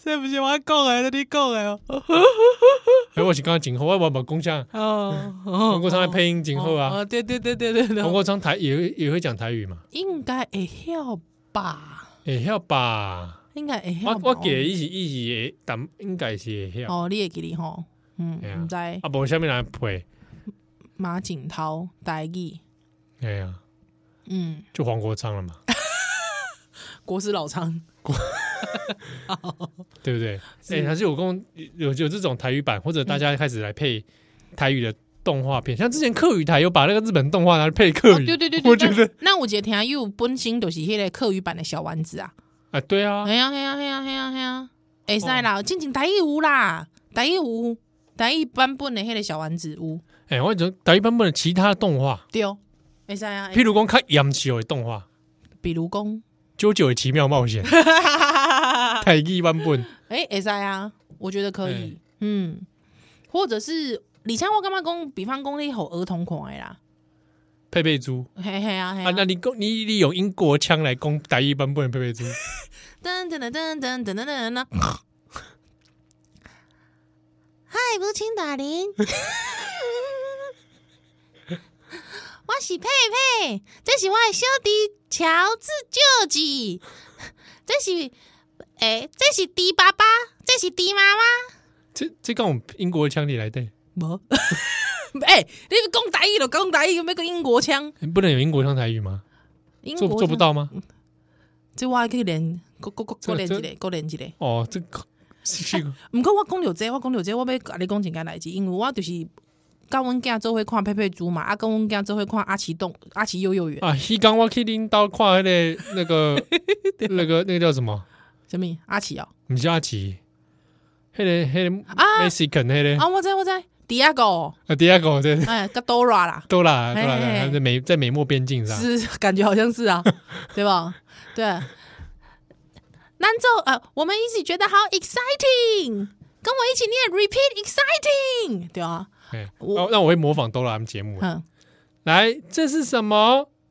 Speaker 3: 这不是我讲的，这你讲的哦。
Speaker 2: 哎，我是刚刚景后，我我我讲下，
Speaker 3: 哦，
Speaker 2: 黄
Speaker 3: 黄
Speaker 2: 国昌在配音景后啊，
Speaker 3: 哦，对对对对对
Speaker 2: 黄
Speaker 3: 对，
Speaker 2: 国昌台也会也会讲台语嘛，
Speaker 3: 应该会晓吧？
Speaker 2: 会晓吧？
Speaker 3: 应该会晓
Speaker 2: 我
Speaker 3: 吧。
Speaker 2: 我给一起一起也，但应该是会晓。
Speaker 3: 哦，你会记哩吼？嗯，
Speaker 2: 嘿啊
Speaker 3: 唔知
Speaker 2: 啊，无下面来配，
Speaker 3: 马景涛台语，
Speaker 2: 哎呀，
Speaker 3: 嗯，
Speaker 2: 就黄国昌了嘛，
Speaker 3: 国师老长，
Speaker 2: 对不对？
Speaker 3: 是嗯
Speaker 2: 哎，还是有公有有这种台语版，或者大家开始来配台语的动画片，像之前客语台有把那个日本动画拿来配客
Speaker 3: 哦
Speaker 2: 语，
Speaker 3: 对对对，对
Speaker 2: 我觉得
Speaker 3: 那那我觉得听又本身就是迄个客语版的小丸子啊，
Speaker 2: 啊，对啊，
Speaker 3: 哎呀哎呀哎呀哎呀哎呀，会使啦，进前台语有啦，台语有，台语版本的迄个小丸子有，
Speaker 2: 哎，我讲台语版本的其他的动画，
Speaker 3: 对，会使啊，
Speaker 2: 譬如讲看杨奇的动画
Speaker 3: 比如 讲，
Speaker 2: 《啾啾的奇妙 冒险》台语版本，
Speaker 3: 哎，会使啊，我觉得可以
Speaker 2: 哎，
Speaker 3: 嗯，或者是你像我干嘛讲，比方讲你吼儿童款的啦，
Speaker 2: 佩佩猪
Speaker 3: 嘿嘿啊嘿
Speaker 2: 啊，
Speaker 3: 啊
Speaker 2: 那。你讲你你用英国腔来讲台语版本的佩佩猪，
Speaker 3: 噔噔噔噔噔噔噔噔噔。嗨，不请打铃。我是佩佩，这是我的小弟乔治舅舅，这是诶、这是猪爸爸，这是猪妈妈。
Speaker 2: 这这跟我们英国腔里来对，
Speaker 3: 无， 诶、你讲台语就讲台语，有没个英国腔？
Speaker 2: 不能有英国腔台语吗？
Speaker 3: 英
Speaker 2: 做
Speaker 3: 国
Speaker 2: 做不
Speaker 3: 腔，嗯
Speaker 2: 到吗？
Speaker 3: 这我还可以练，各各各各练
Speaker 2: 这
Speaker 3: 一个，各练一个。
Speaker 2: 哦，这个 是这个
Speaker 3: 毋过我讲到这我讲到这我要甲你讲一件代志，因为我就是甲阮囝做伙看佩佩猪嘛，啊，跟阮囝做伙看阿奇动阿奇幼幼园，
Speaker 2: 啊，迄刚我去拎刀跨那个那 个
Speaker 3: 啊
Speaker 2: 那个那个叫什么？
Speaker 3: 什物阿奇哦，
Speaker 2: 不是阿奇，那个那个
Speaker 3: 啊
Speaker 2: Mexican 那个
Speaker 3: 啊，我知我知，迪亚狗，
Speaker 2: 啊，第二个对，
Speaker 3: 哎，甲 Dora 啦，
Speaker 2: 多啦多
Speaker 3: 哎
Speaker 2: 啦，
Speaker 3: 哎
Speaker 2: 他
Speaker 3: 哎
Speaker 2: 们在美在美墨边境上，
Speaker 3: 是感觉好像是啊， 对吧？对，难奏呃，我们一起觉得好 exciting，跟我一起念 repeat exciting，对啊，
Speaker 2: 哎，
Speaker 3: 我
Speaker 2: 哦，那我会模仿多啦他们节目。
Speaker 3: 嗯，
Speaker 2: 来，这是什么？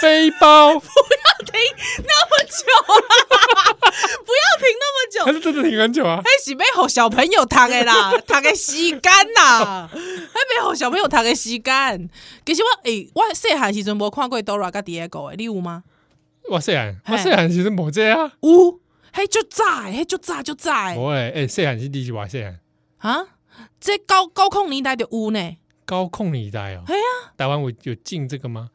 Speaker 2: 背 包，
Speaker 3: 哎那么久啦， 不要停那么久
Speaker 2: 还是真的停很久啊？
Speaker 3: 迄是要互小朋友读 的啦，读的时间啦，迄要互小朋友读的时间。其实我诶、我细汉时阵无看过 Dora 甲 Diego 的，你有吗？
Speaker 2: 哇塞，汉，
Speaker 3: 嘿
Speaker 2: 哇塞，汉其实某这啊，
Speaker 3: 有，迄就早的，迄就早就早的
Speaker 2: 我诶，哎，细汉是第几哇？细汉
Speaker 3: 啊！这高高控年代就有呢，
Speaker 2: 高控你代哦
Speaker 3: 嘿，啊，
Speaker 2: 台湾我有进这个吗？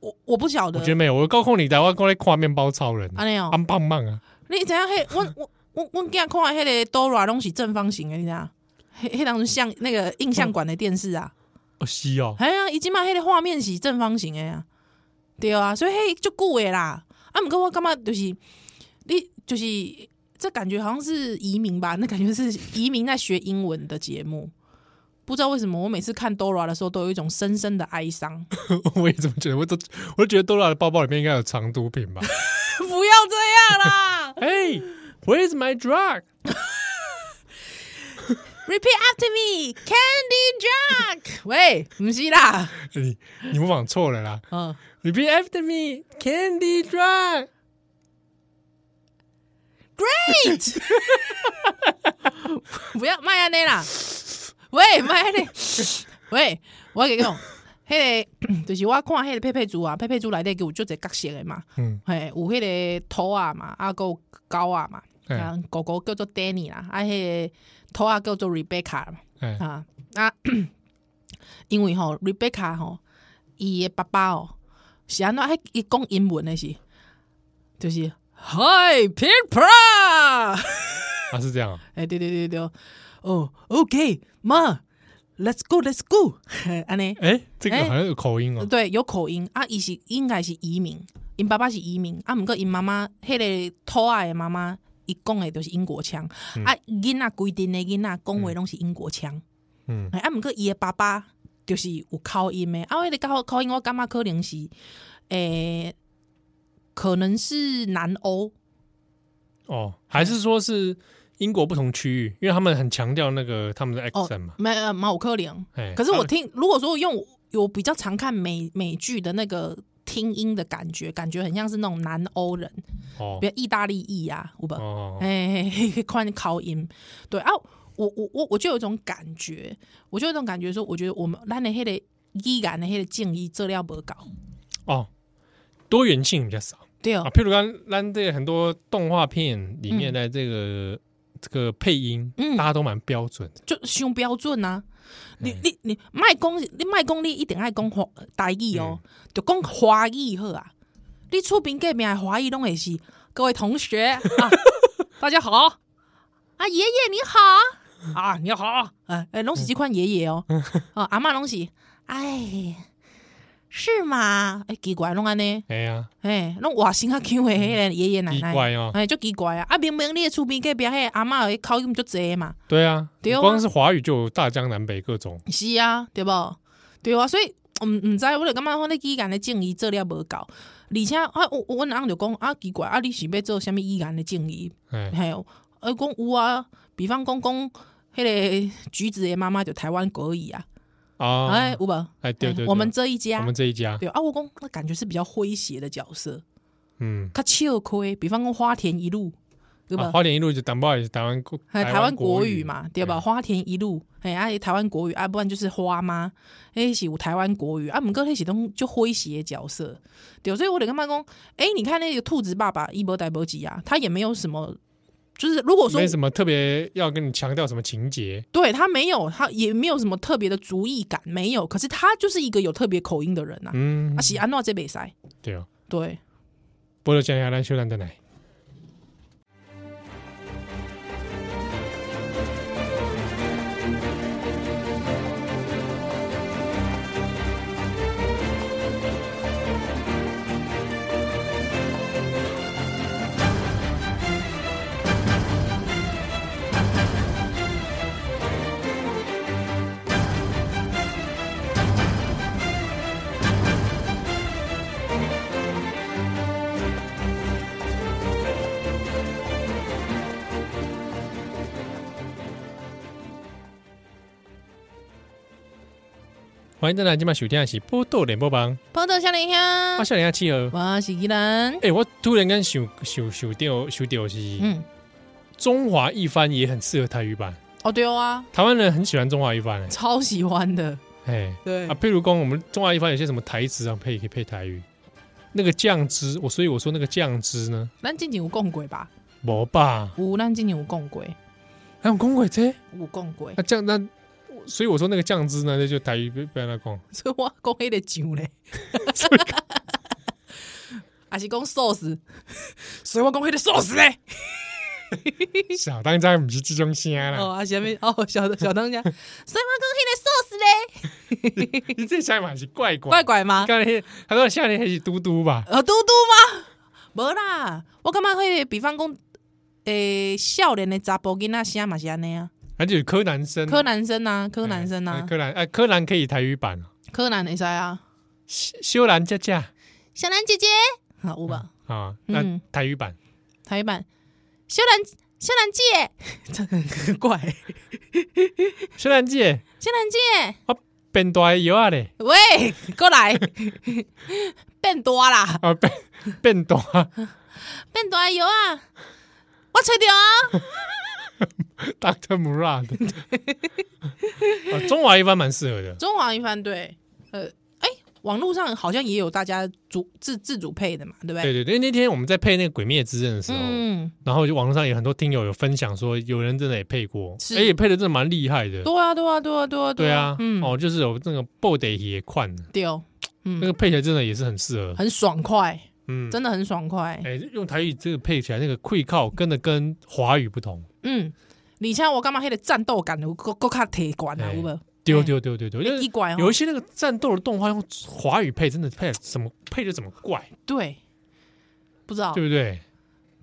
Speaker 3: 我我不晓得
Speaker 2: 我觉，得没有，我高控你台湾过来跨面包超人，
Speaker 3: 安尼哦，
Speaker 2: 安棒棒啊！
Speaker 3: 你知影迄我我我我囝看迄个 Dora 拢是正方形的，你知影？迄迄当时像那个印象馆的电视啊，
Speaker 2: 哦，是哦，
Speaker 3: 哎呀，伊即嘛迄个画面是正方形的啊，对啊，所以迄足久的啦。啊，毋过我感觉就是你就是这感觉好像是移民吧，那感觉是移民在学英文的节目。不知道为什么，我每次看 Dora 的时候，都有一种深深的哀伤。
Speaker 2: 我也这么觉得，我都我都觉得多拉的包包里面应该有藏毒品 吧？
Speaker 3: 不要这样啦
Speaker 2: hey, where's my drug？
Speaker 3: ！Repeat after me, Candy Jack。喂，不是啦，
Speaker 2: 你你模仿错了啦
Speaker 3: 嗯，
Speaker 2: ！Repeat after me, candy drug。
Speaker 3: Great！不要卖安尼啦，喂，卖安尼，喂，我跟你讲，迄、个 就是我看迄个佩佩猪啊，佩佩猪内底给有做者角色的嘛，
Speaker 2: 嗯，
Speaker 3: 嘿，有迄个兔啊嘛，啊还有狗啊嘛，
Speaker 2: 哎
Speaker 3: 啊狗狗叫做 Danny 啦，啊迄、个兔啊叫做 Rebecca 嘛，
Speaker 2: 哎
Speaker 3: 啊啊， 因为吼 Rebecca 吼，伊的爸爸哦，是安怎迄伊讲英文的是，就是 Hi Pipra。
Speaker 2: 啊是这样啊，
Speaker 3: 哎，对对对对，哦，OK，妈，Let's go，Let's go，安 尼，
Speaker 2: 哎，这个好像有口音哦。
Speaker 3: 哎对，有口音啊，伊是应该是移民，因爸爸是移民，啊，毋过因妈妈迄、个土爱的妈妈，伊讲的都是英国腔，啊，囡仔规定的囡仔讲话拢是英国腔，
Speaker 2: 嗯，
Speaker 3: 哎啊，毋过伊的爸爸就是有口音的，啊，迄、个口口音我感觉可能是，诶、可能是南欧，
Speaker 2: 哦，还是说是英国不同区域，因为他们很强调那个他们的
Speaker 3: 哦
Speaker 2: accent 嘛。
Speaker 3: 没呃毛可能。
Speaker 2: 哎，
Speaker 3: 可是我
Speaker 2: 他们
Speaker 3: 听，如果说用我比较常看美美剧的那个听音的感觉，感觉很像是那种南欧人，
Speaker 2: 哦
Speaker 3: 比如意大利裔啊，有吧？
Speaker 2: 哦，
Speaker 3: 哎、嘿，宽考音，对啊，我我我我就有一种感觉，我就有一种感觉说，我觉得我们咱的迄个语感的迄个敬意质量不够，
Speaker 2: 哦，多元性比较少
Speaker 3: 对
Speaker 2: 啊。
Speaker 3: 哦，
Speaker 2: 譬如刚咱这很多动画片里面的这个、这个配音，
Speaker 3: 嗯
Speaker 2: 大家都蛮标准的。
Speaker 3: 就伤标准啊。你你你卖讲你卖讲你一定爱讲华台语哦，就讲华语好啊。你厝边隔壁的华语拢会是各位同学 啊，大家好啊，爷爷你好啊，你好，哎哎，
Speaker 2: 嗯
Speaker 3: 拢是这款爷爷 哦，啊，阿嬷拢是，哎，是吗？哎，奇怪，拢安尼，
Speaker 2: 哎呀，
Speaker 3: 哎，拢外形较 Q 的迄个爷爷奶
Speaker 2: 奇
Speaker 3: 奶，
Speaker 2: 怪哦，
Speaker 3: 哎，就奇怪啊，啊，明明你的厝边隔壁迄个阿嬷的口音就济嘛。
Speaker 2: 对啊，
Speaker 3: 对啊
Speaker 2: 光是华语就有大江南北各种。
Speaker 3: 是啊，对无对啊，所以毋毋知我就感觉讲你语言的正义做了无够，而且啊，我我阮翁就讲啊，奇怪啊，你是要做啥物语言的正义？
Speaker 2: 哎，
Speaker 3: 嘿，呃，讲有啊，比方讲讲迄个橘子的妈妈就台湾国语啊，
Speaker 2: 啊，
Speaker 3: 哎、
Speaker 2: 哎，
Speaker 3: 有无？
Speaker 2: 对对
Speaker 3: 嘿
Speaker 2: 对，
Speaker 3: 我们这一
Speaker 2: 我
Speaker 3: 家
Speaker 2: 们。这一家，
Speaker 3: 对啊，我讲那感觉是比较诙谐的角色，
Speaker 2: 嗯，
Speaker 3: 较笑亏。比方讲花田一路，对吧
Speaker 2: 啊？花莲一路就淡薄也是台湾国
Speaker 3: 哎，台湾国
Speaker 2: 语
Speaker 3: 语，嘛，对吧？
Speaker 2: 嗯
Speaker 3: 花田一路，哎，啊，台湾国语，啊，不然就是花妈，哎，是有台湾国语，啊，毋过迄是拢就诙谐的角色，对，所以我就感觉讲，哎，你看那个兔子爸爸伊波代波吉啊，他也没有什么，就是如果说
Speaker 2: 没什么特别要跟你强调什么情节。
Speaker 3: 对他没有，他也没有什么特别的族裔感，没有，可是他就是一个有特别口音的人呐、啊，
Speaker 2: 嗯
Speaker 3: 啊，，是安诺这北塞，
Speaker 2: 对哦。
Speaker 3: 对，
Speaker 2: 波多讲下咱小兰的奶，欢迎再来今晚收听的是波多联播帮，
Speaker 3: 碰到夏林
Speaker 2: 啊，
Speaker 3: 香，
Speaker 2: 小兰企鹅。
Speaker 3: 我是依兰，
Speaker 2: 哎，我突然间想想想掉想掉是
Speaker 3: 嗯，
Speaker 2: 中华一番也很适合台语版，
Speaker 3: 哦，对啊，
Speaker 2: 台湾人很喜欢中华一番哎
Speaker 3: 超喜欢的，
Speaker 2: 哎
Speaker 3: 对
Speaker 2: 啊，譬如讲我们中华一番有些什么台词啊配可以配台语，那个酱汁我所以我说那个酱汁呢，
Speaker 3: 咱之前有讲过吧？
Speaker 2: 无吧，
Speaker 3: 有，咱之前有讲过，
Speaker 2: 还有公鬼这
Speaker 3: 有讲 过，
Speaker 2: 那酱那所以我说那个酱汁呢，那就台语不不要那讲。
Speaker 3: 所以我讲迄个酱 咧，还是讲 sauce，所以我讲迄个 sauce 咧。
Speaker 2: 小当家不是这种声啦，
Speaker 3: 哦，啊，下面哦，小小当 家，所以我讲迄个 sauce 咧，
Speaker 2: 你这声嘛是怪怪。
Speaker 3: 怪怪吗？
Speaker 2: 刚才那他说下面还是嘟嘟吧，
Speaker 3: 呃，嘟嘟吗？无啦，我感觉迄个，比方讲，诶，少年的查甫囡仔声嘛是安尼啊，
Speaker 2: 还是有柯南声。
Speaker 3: 柯南生啊，柯南生
Speaker 2: 哎
Speaker 3: 啊，
Speaker 2: 柯南哎，柯南可以台语版哦。
Speaker 3: 柯南会使啊，
Speaker 2: 修修兰佳佳
Speaker 3: 小兰姐姐，好有吧？
Speaker 2: 啊，那
Speaker 3: 嗯
Speaker 2: 台语版
Speaker 3: 台语版，小兰小兰姐， 这个很怪，
Speaker 2: 修兰姐
Speaker 3: 小兰姐。
Speaker 2: 变大的药啊嘞，
Speaker 3: 喂， 过来，变大啦，
Speaker 2: 啊变变大，
Speaker 3: 变大的药啊，我吹着啊，
Speaker 2: Doctor Murad。啊中华一般蛮适合的，
Speaker 3: 中华一番对，呃，哎、网络上好像也有大家主自自主配的嘛，对不对？
Speaker 2: 对哦对对，因为那天我们在配那个《鬼灭之刃》的时候，
Speaker 3: 嗯，
Speaker 2: 然后就网络上有很多听友有分享说，有人真的也配过，
Speaker 3: 是
Speaker 2: 而且配的真的蛮厉害的。
Speaker 3: 对啊，对啊，对啊，对啊，
Speaker 2: 对啊，
Speaker 3: 嗯，
Speaker 2: 哦，就是有那个 b o d 也款，
Speaker 3: 对哦，
Speaker 2: 那
Speaker 3: 嗯，
Speaker 2: 个配起来真的也是很适合。
Speaker 3: 很爽快，
Speaker 2: 嗯，
Speaker 3: 真的很爽快，
Speaker 2: 哎，用台语这个配起来，那个溃靠真的跟华语不同。
Speaker 3: 嗯，而且我感觉迄个战斗感有够够较提悬啊，
Speaker 2: 哎
Speaker 3: 有无？
Speaker 2: 丢丢丢丢丢，就
Speaker 3: 一
Speaker 2: 是
Speaker 3: 怪
Speaker 2: 有
Speaker 3: 哦
Speaker 2: 一，些那个战斗的动画用华语配，真的配怎么配的怎么怪，
Speaker 3: 对，不知道，
Speaker 2: 对不对？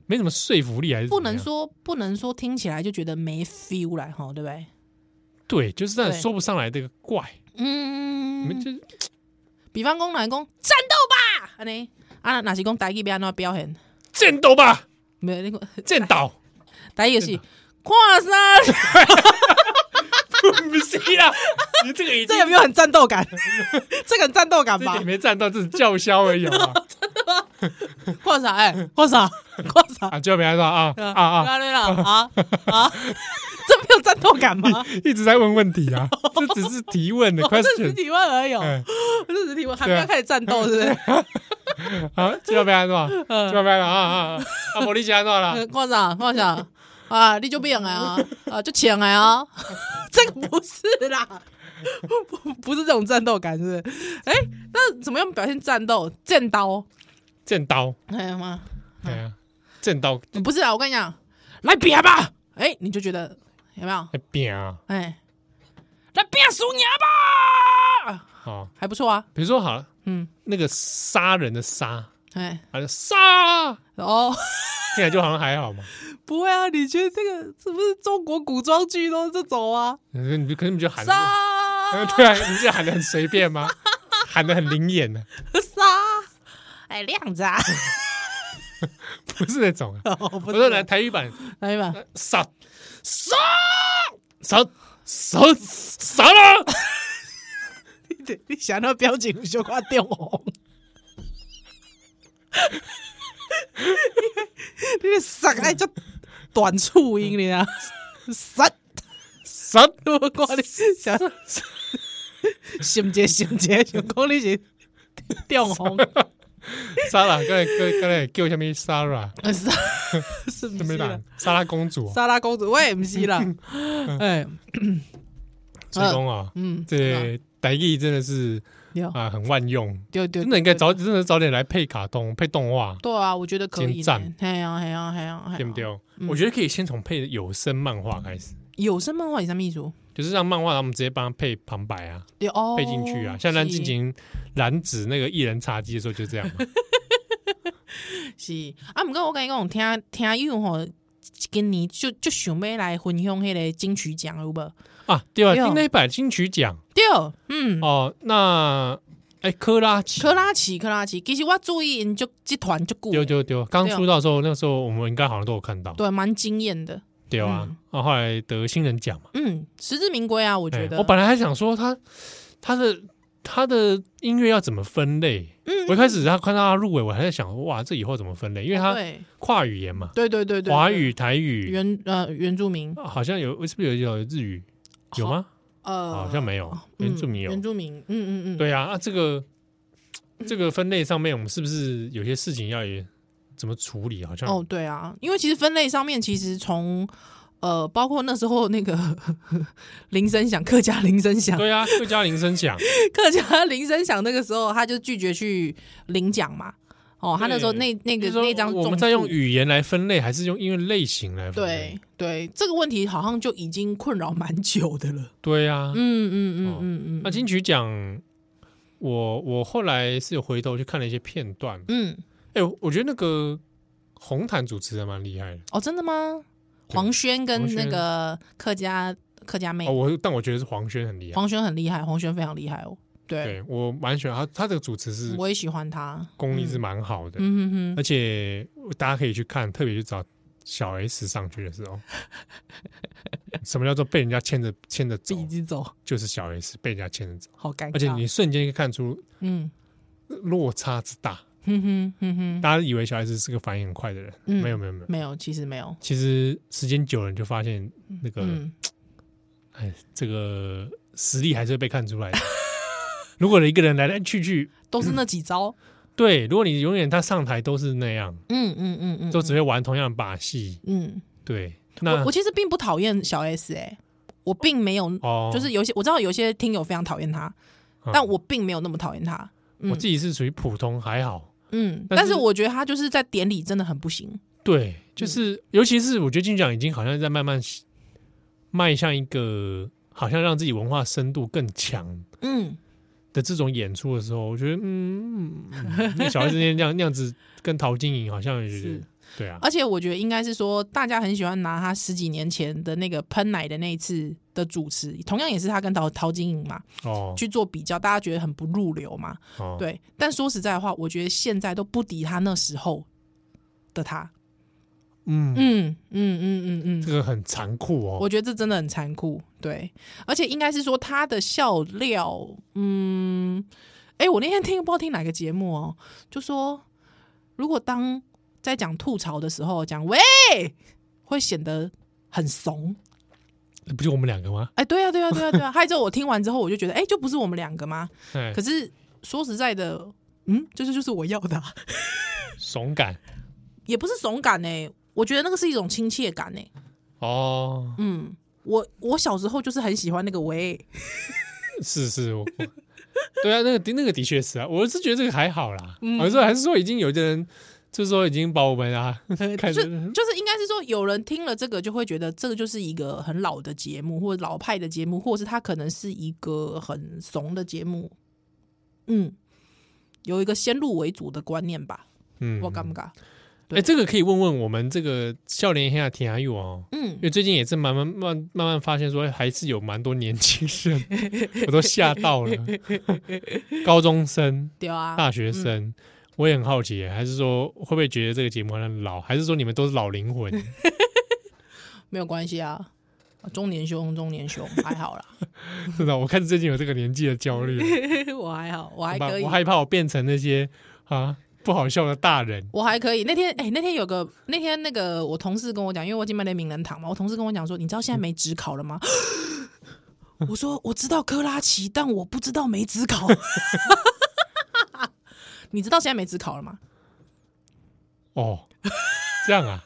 Speaker 2: 没什么说服力，还是
Speaker 3: 哦不
Speaker 2: 怎么
Speaker 3: 能
Speaker 2: 样
Speaker 3: 说不能说听起来就觉得没 feel 来吼，对不对？
Speaker 2: 对，就是让人
Speaker 3: 对
Speaker 2: 说不上来这个怪，
Speaker 3: 嗯，
Speaker 2: 就是
Speaker 3: 比方讲，来讲战斗吧，安尼啊，若是讲台语要安怎表现？
Speaker 2: 战斗吧，
Speaker 3: 没有那个
Speaker 2: 战斗。
Speaker 3: 台语就是看啥？
Speaker 2: 不是啦，你这个已经
Speaker 3: 这有没有很战斗感？ 这个很战斗感
Speaker 2: 这
Speaker 3: 吧
Speaker 2: 点？没站到，这是叫嚣而已好吗
Speaker 3: 跨啥？ 哎，跨啥？跨啥？
Speaker 2: 啊！就没按到啊啊啊！
Speaker 3: 对 了啊啊！这没有战斗感 吗？
Speaker 2: 一直在问问题啊，这只是提问的
Speaker 3: 这只是
Speaker 2: question
Speaker 3: 提问而已哦，
Speaker 2: 嗯。
Speaker 3: 这只是提问，还不
Speaker 2: 对啊
Speaker 3: 要开始战斗，是不是？
Speaker 2: 啊，就没按到，
Speaker 3: 嗯
Speaker 2: 就没按到啊啊啊！啊，无你是安怎啦？
Speaker 3: 呃看啥？看啥？啊，你就变来啊，啊，就请来啊， 这个不是啦，不不是这种战斗感，是不是？哎、那怎么样表现战斗？剑刀，
Speaker 2: 正刀，
Speaker 3: 哎呀妈，
Speaker 2: 对啊，正刀
Speaker 3: 不是啊，我跟你讲，来比吧，哎、你就觉得有没有？
Speaker 2: 在变啊，
Speaker 3: 哎、来比输你吧，
Speaker 2: 好，
Speaker 3: 还不错啊，
Speaker 2: 比如说好了，
Speaker 3: 嗯，
Speaker 2: 那个杀人的杀，
Speaker 3: 哎、
Speaker 2: 啊，就杀，
Speaker 3: 哦，
Speaker 2: 听起来就好像还好嘛。
Speaker 3: 不会啊，你觉得这个是不是中国古装剧都是这种啊？
Speaker 2: 你就可是你就喊得，
Speaker 3: 杀
Speaker 2: 对啊，你就喊的很随便吗？喊的很灵眼呢，
Speaker 3: 杀， 哎、亮子啊，
Speaker 2: 不是那种啊。
Speaker 3: 我不
Speaker 2: 我
Speaker 3: 是
Speaker 2: 说来台语版
Speaker 3: 来吧。
Speaker 2: 杀杀杀杀杀了，
Speaker 3: 你你想到表情小可点红，你的杀爱叫短促音的啊，杀！
Speaker 2: 杀
Speaker 3: 我看你想想一想一想讲你是点红，
Speaker 2: 杀了，啊刚才刚刚才叫什么杀了？
Speaker 3: 杀是啊
Speaker 2: 什
Speaker 3: 不
Speaker 2: 么
Speaker 3: 是啦
Speaker 2: 人？？莎拉公主哦，
Speaker 3: 莎拉公主，我也不是啦，哎，
Speaker 2: 所以公啊，
Speaker 3: 嗯，
Speaker 2: 这台语真的是
Speaker 3: 有
Speaker 2: 啊很万用，
Speaker 3: 对对，
Speaker 2: 真的应该早真的早点来配卡通配动画，
Speaker 3: 对啊，我觉得可以
Speaker 2: 真
Speaker 3: 呢
Speaker 2: 赞，
Speaker 3: 嘿呀嘿呀嘿哎呀，嗯
Speaker 2: 对不对？？我觉得可以先从配有声漫画开始，
Speaker 3: 有声漫画有啥秘书？
Speaker 2: 就是让漫画他们直接帮他配旁白啊。
Speaker 3: 对哦，
Speaker 2: 配进去啊。像咱进
Speaker 3: 是
Speaker 2: 行染指那个一人茶几的时候就这 样嘛，
Speaker 3: 是啊，毋过我甲你讲，听听友吼，今年就就想要来分享迄个金曲奖有无？
Speaker 2: 啊，对啊，
Speaker 3: 对哦
Speaker 2: 今天版金曲奖
Speaker 3: 对，嗯，
Speaker 2: 哦，那哎科拉奇，
Speaker 3: 科拉奇，科拉奇，其实我注意因就集团就久
Speaker 2: 丢
Speaker 3: 了，
Speaker 2: 丢丢，刚
Speaker 3: 对哦
Speaker 2: 出道的时候，那时候我们应该好像都有看到，
Speaker 3: 对，蛮惊艳的，
Speaker 2: 对啊，啊后来得新人奖嘛，
Speaker 3: 嗯，实至名归啊，我
Speaker 2: 我
Speaker 3: 觉得。
Speaker 2: 哎我本来还想说他他的他的音乐要怎么分类，
Speaker 3: 嗯
Speaker 2: 我一开始他看到他入围，我还在想哇这以后怎么分类，因为他
Speaker 3: 哦对
Speaker 2: 跨语言嘛，
Speaker 3: 对对对对，
Speaker 2: 华
Speaker 3: 对
Speaker 2: 语、台语，
Speaker 3: 原呃原住民，
Speaker 2: 好像有是不是有有日语有吗？
Speaker 3: 哦呃，
Speaker 2: 好像没有，
Speaker 3: 嗯
Speaker 2: 原住民有
Speaker 3: 原。住民，嗯嗯嗯，
Speaker 2: 对啊，啊这 个这个分类上面，我们是不是有些事情要也怎么处理？好像
Speaker 3: 哦，对啊，因为其实分类上面，其实从呃，包括那时候那个 铃声响，客家铃声 响，
Speaker 2: 对啊，客家铃声 响，
Speaker 3: 客家铃声响那个时候，他就拒绝去领奖嘛。哦，他那时候那那
Speaker 2: 就是
Speaker 3: 个
Speaker 2: 说
Speaker 3: 那张
Speaker 2: 我
Speaker 3: 种
Speaker 2: 们在用
Speaker 3: 树
Speaker 2: 语言来分类，还是用音乐类型来分类
Speaker 3: 对？对这个问题，好像就已经困扰蛮久的 了。
Speaker 2: 对啊，
Speaker 3: 嗯嗯嗯嗯嗯，
Speaker 2: 那金曲奖，我我后来是有回头去看了一些片段，
Speaker 3: 嗯
Speaker 2: 哎，我觉得那个红毯主持人蛮厉害的
Speaker 3: 哦，真的吗？
Speaker 2: 对
Speaker 3: 黄轩
Speaker 2: 黄
Speaker 3: 跟那
Speaker 2: 轩
Speaker 3: 个客家客家妹
Speaker 2: 哦，，我但我觉得是黄轩很厉害，
Speaker 3: 黄轩很厉害，黄轩非常厉害哦。对，
Speaker 2: 对我蛮喜欢他，他这个主持是
Speaker 3: 我也喜欢他。
Speaker 2: 功力是蛮好的，
Speaker 3: 嗯哼哼，
Speaker 2: 而且大家可以去看，特别去找小 S 上去的时 候，什么叫做被人家牵着牵着走，
Speaker 3: 自己走，
Speaker 2: 就是小 S 被人家牵着走，
Speaker 3: 好尴尬。
Speaker 2: 而且你瞬间可以看出呃
Speaker 3: 嗯
Speaker 2: 落差之大。
Speaker 3: 哼哼哼哼，
Speaker 2: 大家以为小 S 是个反应很快的人，
Speaker 3: 嗯
Speaker 2: 没有没有没有，
Speaker 3: 没有，其实没有。
Speaker 2: 其实时间久了你就发现那个，
Speaker 3: 嗯，
Speaker 2: 哎，这个实力还是会被看出来的。 如果一个人来来去去，
Speaker 3: 都是那几招。
Speaker 2: 对，如果你永远他上台都是那样，
Speaker 3: 嗯嗯嗯嗯，
Speaker 2: 都只会玩同样的把戏，
Speaker 3: 嗯。
Speaker 2: 对，
Speaker 3: 我
Speaker 2: 那
Speaker 3: 我其实并不讨厌小 S 哎、我并没有，
Speaker 2: 哦，
Speaker 3: 就是有些我知道有些听友非常讨厌他，
Speaker 2: 嗯
Speaker 3: 但我并没有那么讨厌他。嗯
Speaker 2: 我自己是属于普通还好，
Speaker 3: 嗯，
Speaker 2: 但
Speaker 3: 但
Speaker 2: 是
Speaker 3: 是我觉得他就是在典礼真的很不行。
Speaker 2: 对，就是、尤其是我觉得金曲奖已经好像在慢慢迈向一个好像让自己文化深度更强
Speaker 3: 嗯，
Speaker 2: 的这种演出的时候，我觉得嗯，嗯那小孩之间那样那样子跟陶晶莹好像有
Speaker 3: 是
Speaker 2: 点对啊，
Speaker 3: 而且我觉得应该是说，大家很喜欢拿他十几年前的那个喷奶的那一次的主持，同样也是他跟陶陶晶莹嘛
Speaker 2: 哦
Speaker 3: 去做比较，大家觉得很不入流嘛。
Speaker 2: 哦，
Speaker 3: 对，但说实在话，我觉得现在都不敌他那时候的他。
Speaker 2: 嗯，
Speaker 3: 嗯嗯嗯嗯嗯
Speaker 2: 这，个很残酷哦。
Speaker 3: 我觉得这真的很残酷，对，而且应该是说它的笑料，嗯，哎、我那天听不知道听哪个节目哦，就说如果当在讲吐槽的时候讲喂，会显得很怂。
Speaker 2: 不就我们两个吗？
Speaker 3: 哎、对啊，对啊，对啊，对啊！还有之后我听完之后，我就觉得，哎、就不是我们两个吗？
Speaker 2: 哎
Speaker 3: 可，是说实在的，嗯，这就是就是我要的啊、
Speaker 2: 怂感
Speaker 3: 也不是怂感呢、我觉得那个是一种亲切感呢、欸
Speaker 2: 哦，
Speaker 3: 嗯，我我小时候就是很喜欢那个喂，
Speaker 2: 是是，我我对啊，那个的那个的确是啊，我是觉得这个还好啦。
Speaker 3: 嗯
Speaker 2: 我说还是说已经有的人就是说已经把我们啊 看着
Speaker 3: 呃就就是应该是说，有人听了这个就会觉得这个就是一个很老的节目，或者老派的节目，或者是它可能是一个很怂的节目。嗯，有一个先入为主的观念吧，
Speaker 2: 嗯
Speaker 3: 我敢不敢？
Speaker 2: 哎，这个可以问问我们这个笑脸黑亚田阿玉哦。
Speaker 3: 嗯
Speaker 2: 因，为最近也是慢慢慢慢慢发现，说哎还是有蛮多年轻人，我都吓到了， 高中生、
Speaker 3: 对啊，
Speaker 2: 大学生，我也很好奇，还是说会不会觉得这个节目很老，还是说你们都是老灵魂？
Speaker 3: 没有关系啊，中年兄，中年兄还好啦，
Speaker 2: 是的，我开始最近有这个年纪的焦虑了，
Speaker 3: 我还好，我还
Speaker 2: 我怕
Speaker 3: 可以
Speaker 2: 我，害怕我变成那些啊不好笑的大人。
Speaker 3: 我还可以。那天哎、那天有个那天那个我同事跟我讲，因为我已经买了名人堂嘛，我同事跟我讲说，你知道现在没职考了吗？ 我说我知道科拉奇，但我不知道没职考。 你知道现在没职考了吗？
Speaker 2: 哦，这样啊，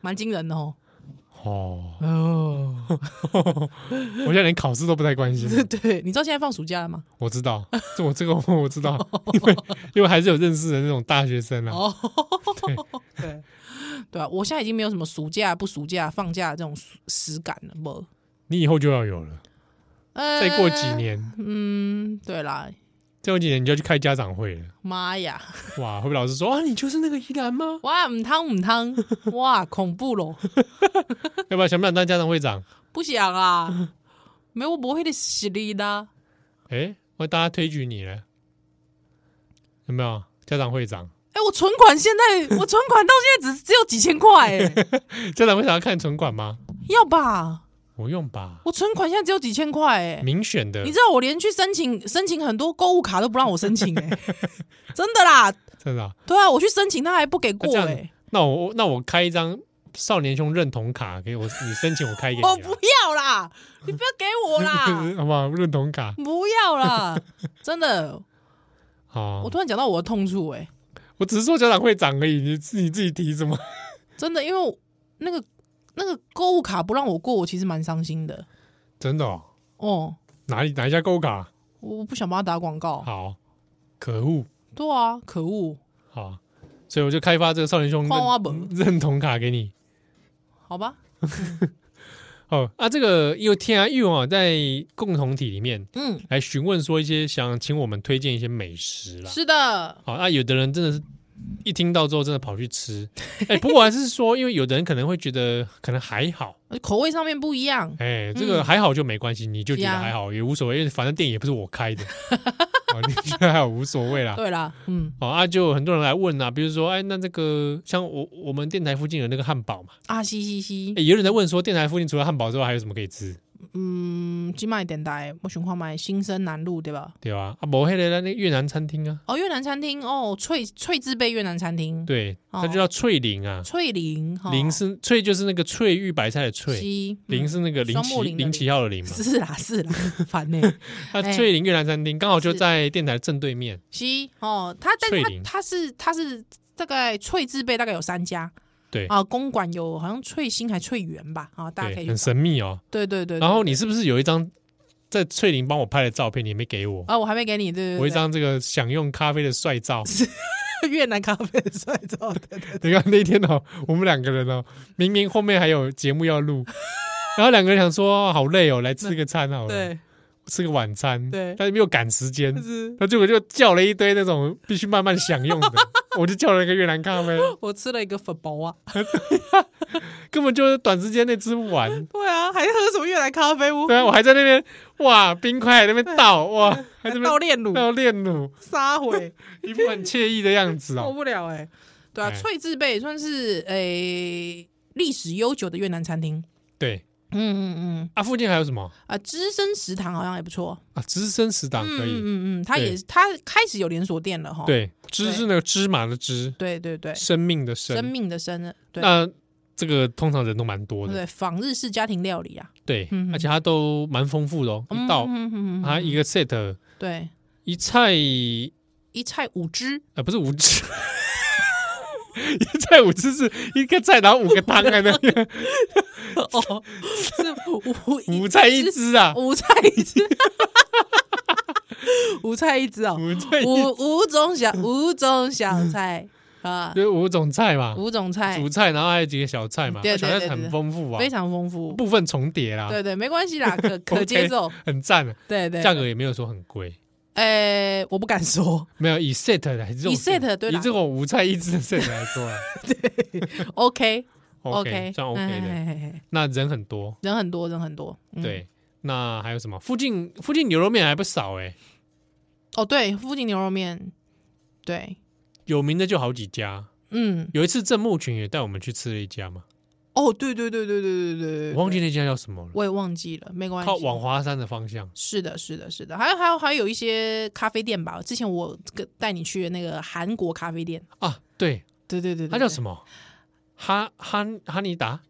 Speaker 3: 蛮惊人的哦。
Speaker 2: 哦，
Speaker 3: 哦，
Speaker 2: 我现在连考试都不太 关心。
Speaker 3: 对，你知道现在放暑假了吗？
Speaker 2: 我知道，这我这个我我知道，因为因为还是有认识的那种大学生啊。
Speaker 3: 哦，对对啊，我现在已经没有什么暑假不暑假放假这种实实感了，不。
Speaker 2: 你以后就要有了，
Speaker 3: 呃
Speaker 2: 再过几，年，
Speaker 3: 嗯，对啦，
Speaker 2: 再过几年你就要去开家长会了。
Speaker 3: 妈呀，
Speaker 2: 哇，会不会老师说啊，你就是那个依兰吗？
Speaker 3: 哇，唔汤唔汤，哇，恐怖咯，
Speaker 2: 要不要想不想当家长会长？
Speaker 3: 不想啊，没我不会的实力的，
Speaker 2: 哎，我大家推举你了，有没有家长会长？
Speaker 3: 哎、我存款现 在，我存款到现在只只有几千块、哎，
Speaker 2: 家长会长要看存款吗？
Speaker 3: 要吧？
Speaker 2: 不用吧，
Speaker 3: 我存款现在只有几千块、哎，
Speaker 2: 民选的
Speaker 3: 你，知道我连去申请申请很多购物卡都不让我申 请、哎，真的啦，
Speaker 2: 真的啊、
Speaker 3: 对啊，我去申请他还不给过、
Speaker 2: 那这样
Speaker 3: 哎，
Speaker 2: 那我那我开一张少年兄认同卡给我，你申请我开给你啊，
Speaker 3: 我哦不要啦，你不要给我 啦，
Speaker 2: 好不好？认同卡
Speaker 3: 不要啦，
Speaker 2: 哦
Speaker 3: 真的，
Speaker 2: 啊，
Speaker 3: 我
Speaker 2: 我
Speaker 3: 突然讲到我的痛处、哎。
Speaker 2: 我只是做家长会长而已，你自你自己提什么？
Speaker 3: 真的，因为我那个那个购物卡不让我过，我其实蛮伤心的。
Speaker 2: 真的、哦，
Speaker 3: 哦，
Speaker 2: 哪里哪一家购物卡？
Speaker 3: 我我不想帮他打广告。
Speaker 2: 好，可恶，
Speaker 3: 对啊，可恶，
Speaker 2: 好，所以我就开发这个少年兄
Speaker 3: 花花本
Speaker 2: 认认同卡给你。
Speaker 3: 好吧，
Speaker 2: 哦啊，这个有天涯欲望啊，在共同体里面
Speaker 3: 嗯，
Speaker 2: 来询问说一些想请我们推荐一些美食啦。
Speaker 3: 是的，
Speaker 2: 好，那有的人真的是一听到之后真的跑去吃，哎、不过还是说，因为有的人可能会觉得可能还好，
Speaker 3: 口味上面不一样。
Speaker 2: 哎、这个还好就没关系，你就觉得
Speaker 3: 嗯呀
Speaker 2: 还好也无所谓，因为反正店也不是我开的， 哦、你觉得还好无所谓啦。
Speaker 3: 对啦，嗯
Speaker 2: 哦啊，就有很多人来问啊，比如说，哎，那这个像我我们电台附近有那个汉堡嘛，
Speaker 3: 啊，嘻嘻嘻
Speaker 2: 哎，，有人在问说，电台附近除了汉堡之外还有什么可以吃，
Speaker 3: 嗯，金麦电台，我想看买新生南路对吧？
Speaker 2: 对吧？啊，某黑的那越南餐厅啊，
Speaker 3: 哦，越南餐厅哦，翠翠字辈越南餐厅，
Speaker 2: 对，它
Speaker 3: 哦
Speaker 2: 就叫翠林啊，
Speaker 3: 翠林哈，
Speaker 2: 林是翠就是那个翠玉白菜的翠，
Speaker 3: 西嗯
Speaker 2: 林是那个林
Speaker 3: 双
Speaker 2: 奇
Speaker 3: 木林的
Speaker 2: 林
Speaker 3: 林
Speaker 2: 奇浩的林嘛，
Speaker 3: 是啦是啦， 烦呢、
Speaker 2: 那
Speaker 3: 哎
Speaker 2: 翠林越南餐厅刚好就是在电台正对面，
Speaker 3: 西哦，它但是
Speaker 2: 翠
Speaker 3: 它
Speaker 2: 林
Speaker 3: 它是它是大概翠字辈大概有三家
Speaker 2: 对
Speaker 3: 啊，公馆有好像翠星还翠园吧啊，大家可
Speaker 2: 对，
Speaker 3: 以
Speaker 2: 很
Speaker 3: 去
Speaker 2: 神秘哦。
Speaker 3: 对对对，对
Speaker 2: 然后你是不是有一张在翠林帮我拍的照片，你没给我？
Speaker 3: 啊，我还没给你对对对，
Speaker 2: 我一张这个享用咖啡的帅照，
Speaker 3: 对越南咖啡的帅照，对 对
Speaker 2: 你看那天哦，我们两个人哦，明明后面还有节目要录， 然后两个人想说好累哦，来吃个餐好了，
Speaker 3: 对，
Speaker 2: 吃个晚餐，
Speaker 3: 对
Speaker 2: 但是又赶时间
Speaker 3: 就，是
Speaker 2: 那结果就叫了一堆那种必须慢慢享 用的，我就叫了一个越南咖啡，
Speaker 3: 我吃了一个粉包啊，
Speaker 2: 根本就是短时间内吃不 完。
Speaker 3: 对啊，还喝什么越南咖啡，我
Speaker 2: 对啊，我还在那边哇，冰块在那边倒 哇，还在那边
Speaker 3: 倒炼乳
Speaker 2: 倒炼乳，
Speaker 3: 撒回，
Speaker 2: 一副很惬意的样子
Speaker 3: 受
Speaker 2: 哦。
Speaker 3: 不了哎，对啊，
Speaker 2: 哎
Speaker 3: 翠字辈算是诶历史悠久的越南餐厅。
Speaker 2: 对
Speaker 3: 嗯嗯嗯，
Speaker 2: 啊，附近还有什么
Speaker 3: 啊，资深食堂好像也不错。
Speaker 2: 啊？资深食堂
Speaker 3: 嗯
Speaker 2: 可以，
Speaker 3: 嗯嗯嗯，他也他开始有连锁店了哈。
Speaker 2: 对，芝是那个芝麻的芝，
Speaker 3: 对对对，
Speaker 2: 生命的
Speaker 3: 生
Speaker 2: 生。
Speaker 3: 命的生日，对
Speaker 2: 那这个通常人都蛮多的，
Speaker 3: 对，仿日式家庭料理啊，
Speaker 2: 对
Speaker 3: 嗯，
Speaker 2: 而且它都蛮丰富的哦，一道
Speaker 3: 嗯嗯
Speaker 2: 它一个 set
Speaker 3: 对，
Speaker 2: 一菜
Speaker 3: 一菜五汁，
Speaker 2: 啊，不是五汁， 一菜五汁是一个菜，然后五个汤在那边，
Speaker 3: 哦， 是五
Speaker 2: 五菜一汁啊，
Speaker 3: 五菜一汁，五菜一汁哦，
Speaker 2: 五菜一
Speaker 3: 五五种小五种小菜啊，
Speaker 2: 就是五种菜嘛，
Speaker 3: 五种菜
Speaker 2: 主菜，然后还有几个小菜嘛，
Speaker 3: 对对
Speaker 2: 小菜
Speaker 3: 对对
Speaker 2: 很丰富啊
Speaker 3: 非，常丰富，
Speaker 2: 部分重叠啦，
Speaker 3: 对对，没关系啦， 可可接受，
Speaker 2: 很赞啊，
Speaker 3: 对对，
Speaker 2: 价格也没有说很贵。
Speaker 3: 呃，我不敢说
Speaker 2: 没有以 set 来这种
Speaker 3: 以 set 对
Speaker 2: 以
Speaker 3: 啦
Speaker 2: 这种五菜一汁的 set 来 说啊
Speaker 3: ，OK
Speaker 2: ，OK 算 OK 的。
Speaker 3: 的，
Speaker 2: 那人很多，
Speaker 3: 人很多，人很多，嗯，
Speaker 2: 对。那还有什么？附近附近牛肉面还不少哎，
Speaker 3: 哦对，附近牛肉面，对，
Speaker 2: 有名的就好几家。
Speaker 3: 嗯，
Speaker 2: 有一次郑木群也带我们去吃了一家嘛，
Speaker 3: 哦对对对对对对对
Speaker 2: 我
Speaker 3: 对，
Speaker 2: 忘记那家叫什么了，
Speaker 3: 我也忘记了，没关系，
Speaker 2: 靠往华山的方向。
Speaker 3: 是的，是的，是的，还有还有还有一些咖啡店吧。之前我跟带你去的那个韩国咖啡店，
Speaker 2: 啊，对，
Speaker 3: 对对对对，
Speaker 2: 它叫什
Speaker 3: 么？
Speaker 2: 么？哈哈哈尼达，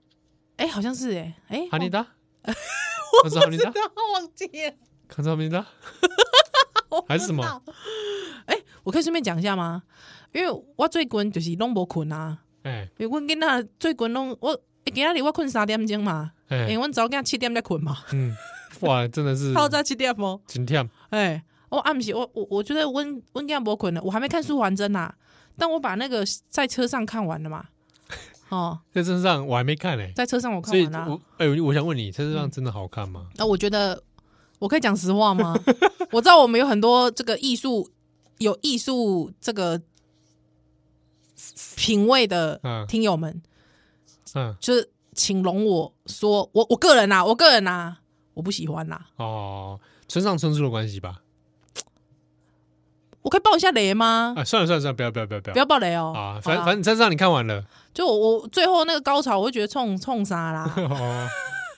Speaker 3: 哎，好像是哎哎，
Speaker 2: 哈尼
Speaker 3: 我
Speaker 2: 达，我是哈尼达，
Speaker 3: 忘记了，
Speaker 2: 看是哈尼 达，还是什么？
Speaker 3: 我可以顺便讲一下吗？因为我最近就是拢无困啊，
Speaker 2: 哎
Speaker 3: 因为阮囡仔最近拢我欸今仔日我困三点钟嘛，因
Speaker 2: 哎，
Speaker 3: 为阮早间七点才困嘛，
Speaker 2: 嗯，哇，真的是
Speaker 3: 透早七点哦，
Speaker 2: 今天
Speaker 3: 哎，我暗时我我我觉得阮阮囡仔无困了，我还没看苏完真呐、但我把那个在车上看完了嘛，哦，
Speaker 2: 在身上我还没看嘞，
Speaker 3: 在车上我看
Speaker 2: 所以
Speaker 3: 完了、啊
Speaker 2: 我哎，我想问你，在身上真的好看吗？
Speaker 3: 那、我觉得我可以讲实话吗？ 我知道我们有很多这个艺术有艺术这个品味的
Speaker 2: 嗯
Speaker 3: 听友们，
Speaker 2: 嗯，
Speaker 3: 就是请容我说，我我个人啊，我个人啊，我不喜欢啦、
Speaker 2: 哦，村上春树的关系吧？
Speaker 3: 我可以爆一下雷吗？
Speaker 2: 啊，算了算了算了，不要不要不要不
Speaker 3: 嗯
Speaker 2: 要
Speaker 3: 不要爆雷哦！
Speaker 2: 啊！
Speaker 3: 好
Speaker 2: 反
Speaker 3: 啦
Speaker 2: 反正身上你看完了？
Speaker 3: 就我我最后那个高潮，我就觉得冲冲啥啦
Speaker 2: 哦，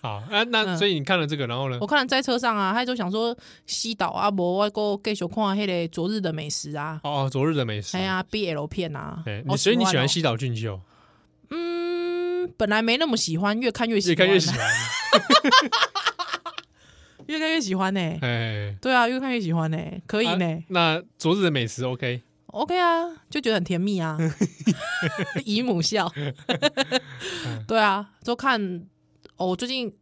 Speaker 2: 好啊，那
Speaker 3: 嗯
Speaker 2: 所以你看了这个，然后呢
Speaker 3: 我？看了在车上啊，他就想说西岛啊，无我够继续看那个昨日的美食啊，
Speaker 2: 哦哦，昨日的美食
Speaker 3: 哎。呀 BL 片啊
Speaker 2: 哎，，
Speaker 3: 好
Speaker 2: 你所以你喜
Speaker 3: 哦
Speaker 2: 欢西岛俊秀，
Speaker 3: 嗯，本来没那么喜欢，越看越喜
Speaker 2: 越
Speaker 3: 欢，
Speaker 2: 看越喜欢。
Speaker 3: 越看越喜欢呢、
Speaker 2: 哎，
Speaker 3: 对啊，越看越喜欢呢、可
Speaker 2: 可
Speaker 3: 以呢、
Speaker 2: 那昨日的美食 OK，
Speaker 3: OK 啊，就觉得很甜蜜啊， 姨 母笑。对啊，就看哦，最近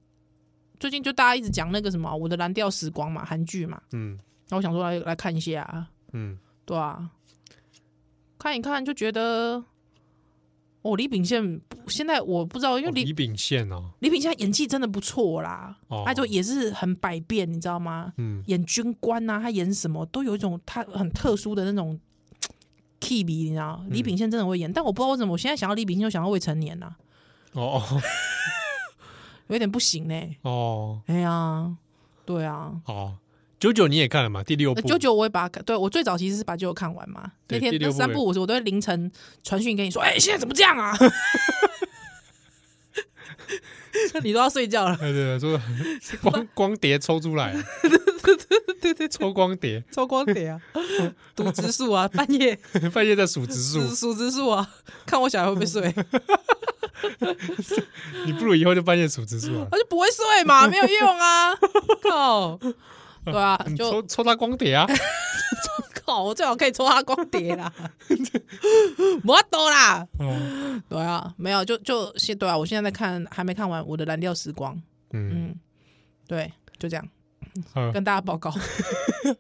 Speaker 3: 最近就大家一直讲那个什么啊《我的蓝调时光》嘛，韩剧嘛，
Speaker 2: 嗯
Speaker 3: 然后我想说来来看一下、啊，
Speaker 2: 嗯，
Speaker 3: 对啊，看一看就觉得。哦，李秉宪现在我不知道，因
Speaker 2: 哦
Speaker 3: 为李
Speaker 2: 李秉宪哦，
Speaker 3: 李秉宪演技真的不错啦，
Speaker 2: 哦
Speaker 3: 他就也是很百变，你知道吗？
Speaker 2: 嗯，
Speaker 3: 演军官呐、啊，他演什么都有一种他很特殊的那种 key 鼻，你知道？
Speaker 2: 嗯
Speaker 3: 李秉宪真的会演，但我不知道为什么我现在想到李秉宪，就想到未成年呐、
Speaker 2: 哦哦
Speaker 3: 有点不行呢、
Speaker 2: 哦，
Speaker 3: 哎呀，对啊，
Speaker 2: 好，九九你也看了嘛？第六
Speaker 3: 那
Speaker 2: 部
Speaker 3: 九九我也把它对我最早其实是把九九看完嘛，那
Speaker 2: 哦对
Speaker 3: 天
Speaker 2: 第
Speaker 3: 那
Speaker 2: 六部
Speaker 3: 三
Speaker 2: 也
Speaker 3: 部我是我都会凌晨传讯跟你说，哎、现在怎么这 样啊？ 你都要睡觉 了，
Speaker 2: 对对，对说光光碟抽出 来，啊
Speaker 3: 对对，
Speaker 2: 抽光碟，
Speaker 3: 超光点啊， 读植树啊，半夜
Speaker 2: 半夜在数植
Speaker 3: 数
Speaker 2: 树，
Speaker 3: 数植树啊，看我小孩会不 会睡。
Speaker 2: 你不如以后就半夜数植 树啊，
Speaker 3: 他就不会睡嘛，没有用啊！ 靠，对啊，
Speaker 2: 你
Speaker 3: 就
Speaker 2: 抽抽他光碟 啊，
Speaker 3: 靠，我最好可以抽他光 碟啦，我懂啦。
Speaker 2: 哦
Speaker 3: 对啊，没有，就就现对啊，我现在在看，还没看完我的《蓝调时光》。
Speaker 2: 嗯，
Speaker 3: 嗯，对，就这样
Speaker 2: 好，
Speaker 3: 跟大家报告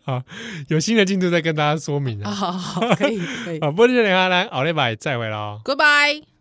Speaker 2: 嗯有新的进度再跟大家说明啊，
Speaker 3: 啊，好好好可以可以
Speaker 2: 啊，不然就等下来，奥利拜再会喽。
Speaker 3: ，Goodbye。